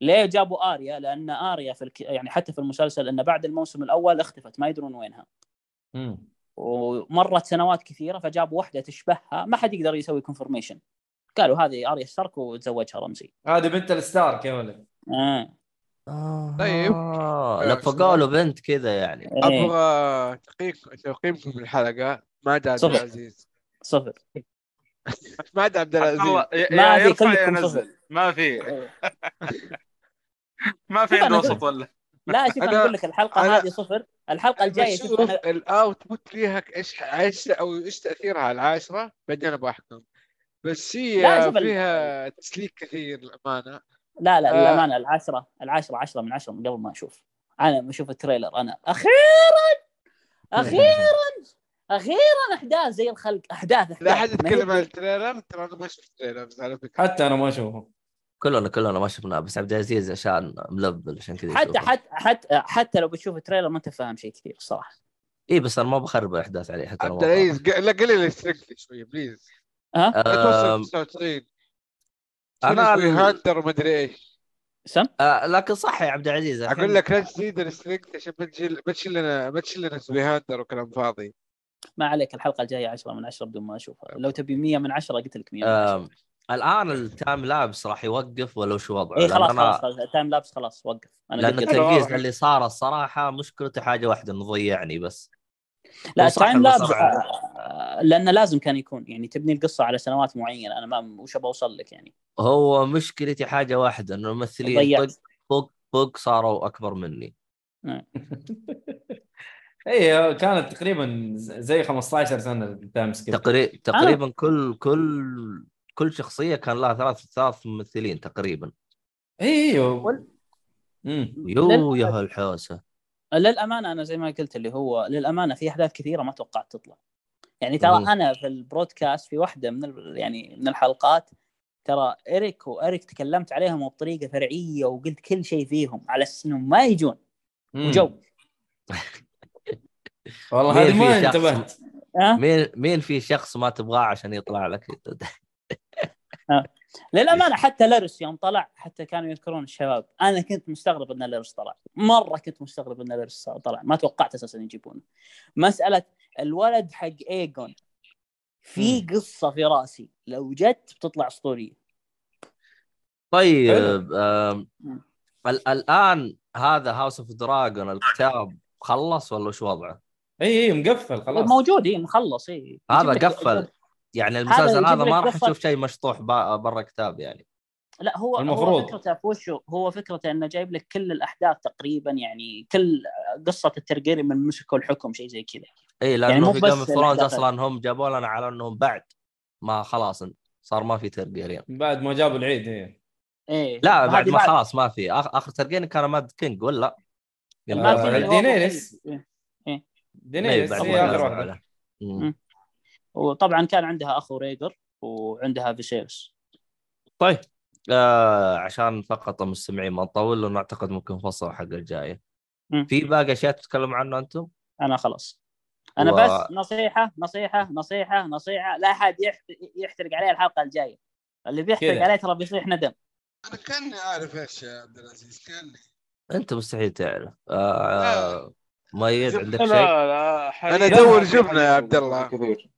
Speaker 6: ليه جابوا اريا؟ لان اريا في الك... يعني حتى في المسلسل ان بعد الموسم الاول اختفت ما يدرون وينها
Speaker 4: مم.
Speaker 6: ومرت سنوات كثيره فجابوا واحده تشبهها ما حد يقدر يسوي كونفرميشن قالوا هذه اريا ستارك وتزوجها رمزي
Speaker 4: هذه بنت الستارك يا ولد
Speaker 6: آه.
Speaker 1: آه
Speaker 3: طيب.
Speaker 1: لفقوا له بنت كذا يعني
Speaker 6: إيه.
Speaker 3: ابغى تقييم- تقييمكم للحلقه ما عدا عبد
Speaker 6: صفر.
Speaker 3: العزيز
Speaker 6: صفر
Speaker 3: ما عدا عبد العزيز
Speaker 5: الله يا-
Speaker 6: ما
Speaker 5: يا
Speaker 6: عاد
Speaker 5: يرفع
Speaker 6: يكلكم
Speaker 5: يا
Speaker 6: صفر.
Speaker 5: ينزل ما في
Speaker 6: إيه.
Speaker 5: ما في
Speaker 6: طبعاً
Speaker 5: عنده
Speaker 6: أقول.
Speaker 5: وسط ولا
Speaker 6: لا شوف انا
Speaker 3: أنا-
Speaker 6: اقول لك الحلقه
Speaker 3: أنا-
Speaker 6: هذه صفر الحلقه الجايه شوف
Speaker 3: بشوف
Speaker 6: انا
Speaker 3: الاوتبوت ليها ايش ايش او ايش تاثيرها على العاشره بعدين ابغى احكم بس هي
Speaker 6: لا، شوف ال-
Speaker 3: فيها تسليك كثير للامانه
Speaker 6: لا لا
Speaker 3: آه.
Speaker 6: للامانه العشره العشره عشره من عشره من قبل ما اشوف انا لما اشوف التريلر انا اخيرا اخيرا اخيرا احداث زي الخلق احداث احداث
Speaker 3: لا احد
Speaker 6: ما هي-
Speaker 3: يتكلم عن التريلر ترى انا ما شفت التريلر بس على فكره
Speaker 4: حتى انا ما اشوفه
Speaker 1: كلنا كلنا ما شفناه بس عبد العزيز عشان ملبل عشان كذا
Speaker 6: حتى
Speaker 1: يشوفه.
Speaker 6: حتى حتى حتى لو بتشوف التريلر ما انت فاهم شيء كثير الصراحه
Speaker 1: اي إيه، بس انا ما بخرب الاحداث عليه حتى لو
Speaker 3: عبد
Speaker 1: ما فاهم.
Speaker 3: العزيز ق- لا قلل السلك لي شويه بليز
Speaker 6: ها
Speaker 3: لا
Speaker 1: آم،
Speaker 3: توصل 99
Speaker 1: أنا
Speaker 3: انا
Speaker 1: آه، ال-
Speaker 3: هانتر ومدري ايش
Speaker 6: سم
Speaker 1: آه لكن صح يا عبد العزيز الحين-
Speaker 3: اقول لك لا تزيد الستريكت عشان ما تشيل ما تشيل لنا ما تشيل لنا سوي هانتر وكلام فاضي
Speaker 6: ما عليك الحلقه الجايه 10 من 10 بدون ما اشوفها
Speaker 1: آه.
Speaker 6: لو تبي 100 من 10 قلت لك 100 من 10
Speaker 1: آم، الان التايم لابس راح يوقف ولا وش وضعه؟
Speaker 6: اي
Speaker 1: لأن
Speaker 6: إيه، خلاص
Speaker 1: أنا-
Speaker 6: خلاص خلاص، التايم لابس خلاص وقف انا
Speaker 1: لان
Speaker 6: قلت
Speaker 5: التلفزيون-
Speaker 6: لك.
Speaker 1: التنقيز
Speaker 5: واضح.
Speaker 1: اللي صار الصراحه مشكلته حاجه واحده انه ضيعني بس
Speaker 6: لا
Speaker 1: وصح
Speaker 6: التايم
Speaker 1: إنه
Speaker 6: لابس
Speaker 1: صراحة.
Speaker 6: آه، لانه لازم كان يكون يعني تبني القصه على سنوات معينه انا ما وش بوصل لك يعني
Speaker 1: هو مشكلتي حاجه واحده انه الممثلين
Speaker 6: ضيعت.
Speaker 1: طق طق طق صاروا اكبر مني
Speaker 4: هي إيه، كانت تقريبا زي 15 سنه التايم سكيب
Speaker 1: تقري... تقريبا كل كل كل شخصيه كان لها ثلاث ثلاث ممثلين تقريبا
Speaker 4: اي
Speaker 6: وال-
Speaker 4: ايوه مم.
Speaker 1: يو يا هالحوسه
Speaker 6: للامانه انا زي ما قلت اللي هو للامانه في احداث كثيره ما توقعت تطلع يعني ترى
Speaker 1: مم.
Speaker 6: انا في البرودكاست في واحده من ال... يعني من الحلقات ترى اريك واريك تكلمت عليهم وبطريقه فرعيه وقلت كل شيء فيهم على اساس انهم ما يجون
Speaker 4: مم.
Speaker 6: وجو
Speaker 4: والله
Speaker 1: مين
Speaker 4: هذه ما
Speaker 1: في شخص؟
Speaker 4: انتبهت
Speaker 6: أه؟
Speaker 1: مين مين في شخص ما تبغاه عشان يطلع لك
Speaker 6: للامانه حتى لارس يوم طلع حتى كانوا يذكرون الشباب انا كنت مستغرب ان لارس طلع مره كنت مستغرب ان لارس طلع ما توقعت اساسا يجيبونه مساله الولد حق ايجون في قصه في راسي لو جت بتطلع اسطوريه
Speaker 1: طيب آم...
Speaker 6: مم.
Speaker 1: ال- الان هذا هاوس اوف دراجون الكتاب خلص ولا وش وضعه؟
Speaker 4: اي اي إيه، مقفل خلاص
Speaker 6: موجود اي مخلص اي
Speaker 1: هذا
Speaker 6: يجيب لك-
Speaker 1: قفل. يعني
Speaker 6: هذا
Speaker 1: المسلسل
Speaker 6: يجيب
Speaker 1: هذا
Speaker 6: لك
Speaker 1: ما راح
Speaker 6: قصة-
Speaker 1: تشوف شيء مشطوح با- برا كتاب يعني
Speaker 6: لا هو
Speaker 4: المفروض.
Speaker 6: هو فكرته في وشه هو فكرته انه جايب لك كل الاحداث تقريبا يعني كل قصه الترجيري من مسكوا الحكم شيء زي كذا
Speaker 1: اي
Speaker 6: يعني
Speaker 1: لانه
Speaker 6: مو
Speaker 1: إيه، في
Speaker 6: بس
Speaker 1: جيم اوف ثرونز
Speaker 6: الأحداث.
Speaker 1: اصلا هم جابوا لنا على انهم بعد ما خلاص صار ما في ترجيريان
Speaker 4: بعد ما جابوا العيد إيه. اي
Speaker 6: ايه
Speaker 1: لا بعد
Speaker 6: هذه
Speaker 1: ما خلاص ما في آخ- اخر ترجيريان كان ماد كينج ولا؟
Speaker 6: ما
Speaker 4: آه،
Speaker 6: كان- هو-
Speaker 4: دينيريس.
Speaker 6: إيه.
Speaker 4: دينيس
Speaker 1: بعد ما
Speaker 4: هي اخر
Speaker 1: كان
Speaker 4: واحده
Speaker 1: عليه. مم.
Speaker 6: وطبعا كان عندها اخو ريجر وعندها فيسيرس
Speaker 1: طيب آه عشان فقط المستمعين ما نطول لانه اعتقد ممكن نفصل الحلقه الجايه
Speaker 6: مم.
Speaker 1: في باقي اشياء تتكلم عنه انتم؟
Speaker 6: انا خلاص انا
Speaker 1: و-
Speaker 6: و... بس نصيحه نصيحه نصيحه نصيحه لا احد يح- يحترق عليه الحلقه الجايه اللي بيحترق
Speaker 4: كذا.
Speaker 6: عليه ترى بيصيح ندم
Speaker 3: انا كاني عارف ايش يا عبد العزيز كاني
Speaker 1: انت مستحيل تعرف آه مؤيد عندك شيء؟
Speaker 5: لا لا حريق.
Speaker 3: أنا
Speaker 4: دور
Speaker 3: جبنة يا عبد الله.
Speaker 5: كثير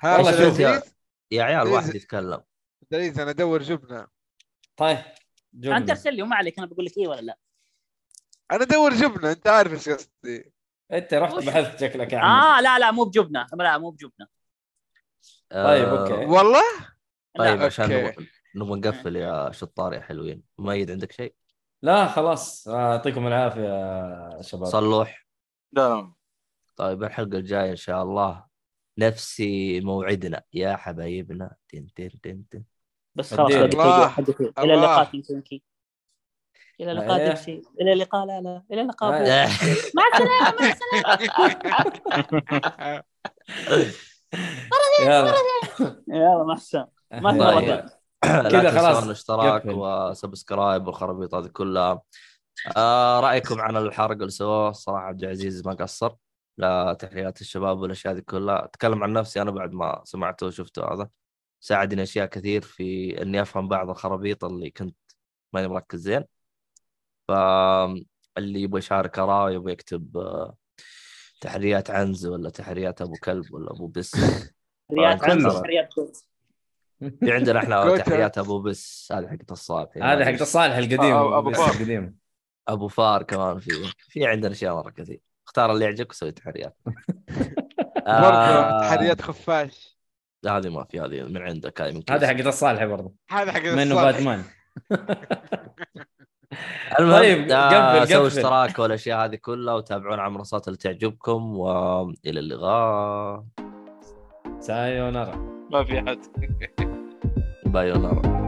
Speaker 3: ها
Speaker 4: والله
Speaker 3: عبد
Speaker 4: شوف
Speaker 1: يا-
Speaker 3: العزيز
Speaker 1: يا عيال
Speaker 3: إيه
Speaker 1: واحد
Speaker 3: زي-
Speaker 1: يتكلم
Speaker 3: عبد العزيز انا ادور جبنه
Speaker 4: طيب
Speaker 6: انت
Speaker 4: جبنة
Speaker 6: ارسل لي وما عليك انا بقول لك اي ولا لا
Speaker 3: انا ادور جبنه انت عارف ايش قصدي
Speaker 4: انت رحت بحثت شكلك يا عمي
Speaker 6: اه لا لا مو بجبنه لا مو بجبنه
Speaker 4: طيب،
Speaker 1: آه،
Speaker 4: أوكي.
Speaker 3: والله
Speaker 1: طيب
Speaker 6: لا
Speaker 1: عشان
Speaker 3: أوكي.
Speaker 1: نبغى- نبغى نقفل يا شطار يا حلوين مؤيد عندك شيء
Speaker 4: لا خلاص آه، يعطيكم العافيه يا شباب
Speaker 1: صلوح
Speaker 5: لا لا
Speaker 1: طيب الحلقه الجايه ان شاء الله نفسي موعدنا يا حبايبنا تن تن تن تن
Speaker 6: بس خلاص لا
Speaker 4: الله.
Speaker 6: دقيقه حد يطير.
Speaker 3: الله.
Speaker 6: الى اللقاء كنكي الى اللقاء
Speaker 4: إيه.
Speaker 6: دبسي الى اللقاء لا لا الى اللقاء
Speaker 4: إيه.
Speaker 6: بوس. مع السلامه مع السلامه
Speaker 4: يلا
Speaker 6: يلا مع السلامه ما في مرة
Speaker 1: طيب.
Speaker 6: ثانية.
Speaker 1: لا
Speaker 4: كذا خلاص،
Speaker 1: تنسون الاشتراك
Speaker 4: قفل.
Speaker 1: وسبسكرايب والخرابيط هذه كلها آه رايكم عن الحرق اللي سووه صراحه عبد العزيز ما قصر لا تحليلات الشباب والاشياء هذه كلها اتكلم عن نفسي انا بعد ما سمعته وشفته هذا ساعدني اشياء كثير في اني افهم بعض الخرابيط اللي كنت ماني مركز زين فاللي يبغى يشارك اراء يبغى يكتب آه، تحريات عنز ولا تحريات ابو كلب ولا ابو بس
Speaker 6: رياض
Speaker 1: كلنا.
Speaker 6: عنز، رياض كويس.
Speaker 1: في عندنا احنا
Speaker 3: كوتا.
Speaker 1: تحريات ابو بس هذه حقت الصالح
Speaker 4: هذا حق الصالح القديم
Speaker 5: آه، أبو
Speaker 4: بس
Speaker 5: فار.
Speaker 4: القديم
Speaker 1: ابو فار كمان في في عندنا اشياء مره كثير اختار اللي يعجبك وسوي تحريات
Speaker 3: برضه
Speaker 1: آه،
Speaker 3: تحريات خفاش
Speaker 1: هذه ما في هذه من عندك هذه من كيس.
Speaker 4: هذا حق الصالح برضه
Speaker 3: هذا حق
Speaker 4: منه
Speaker 3: الصالح.
Speaker 4: باتمان
Speaker 1: المهم
Speaker 4: طيب،
Speaker 1: آه،
Speaker 4: قفل-
Speaker 1: سووا
Speaker 4: قفل.
Speaker 1: اشتراك والاشياء هذه كلها وتابعونا على المنصات اللي تعجبكم والى اللقاء
Speaker 4: سايونارا
Speaker 5: ما في احد
Speaker 1: بايونارا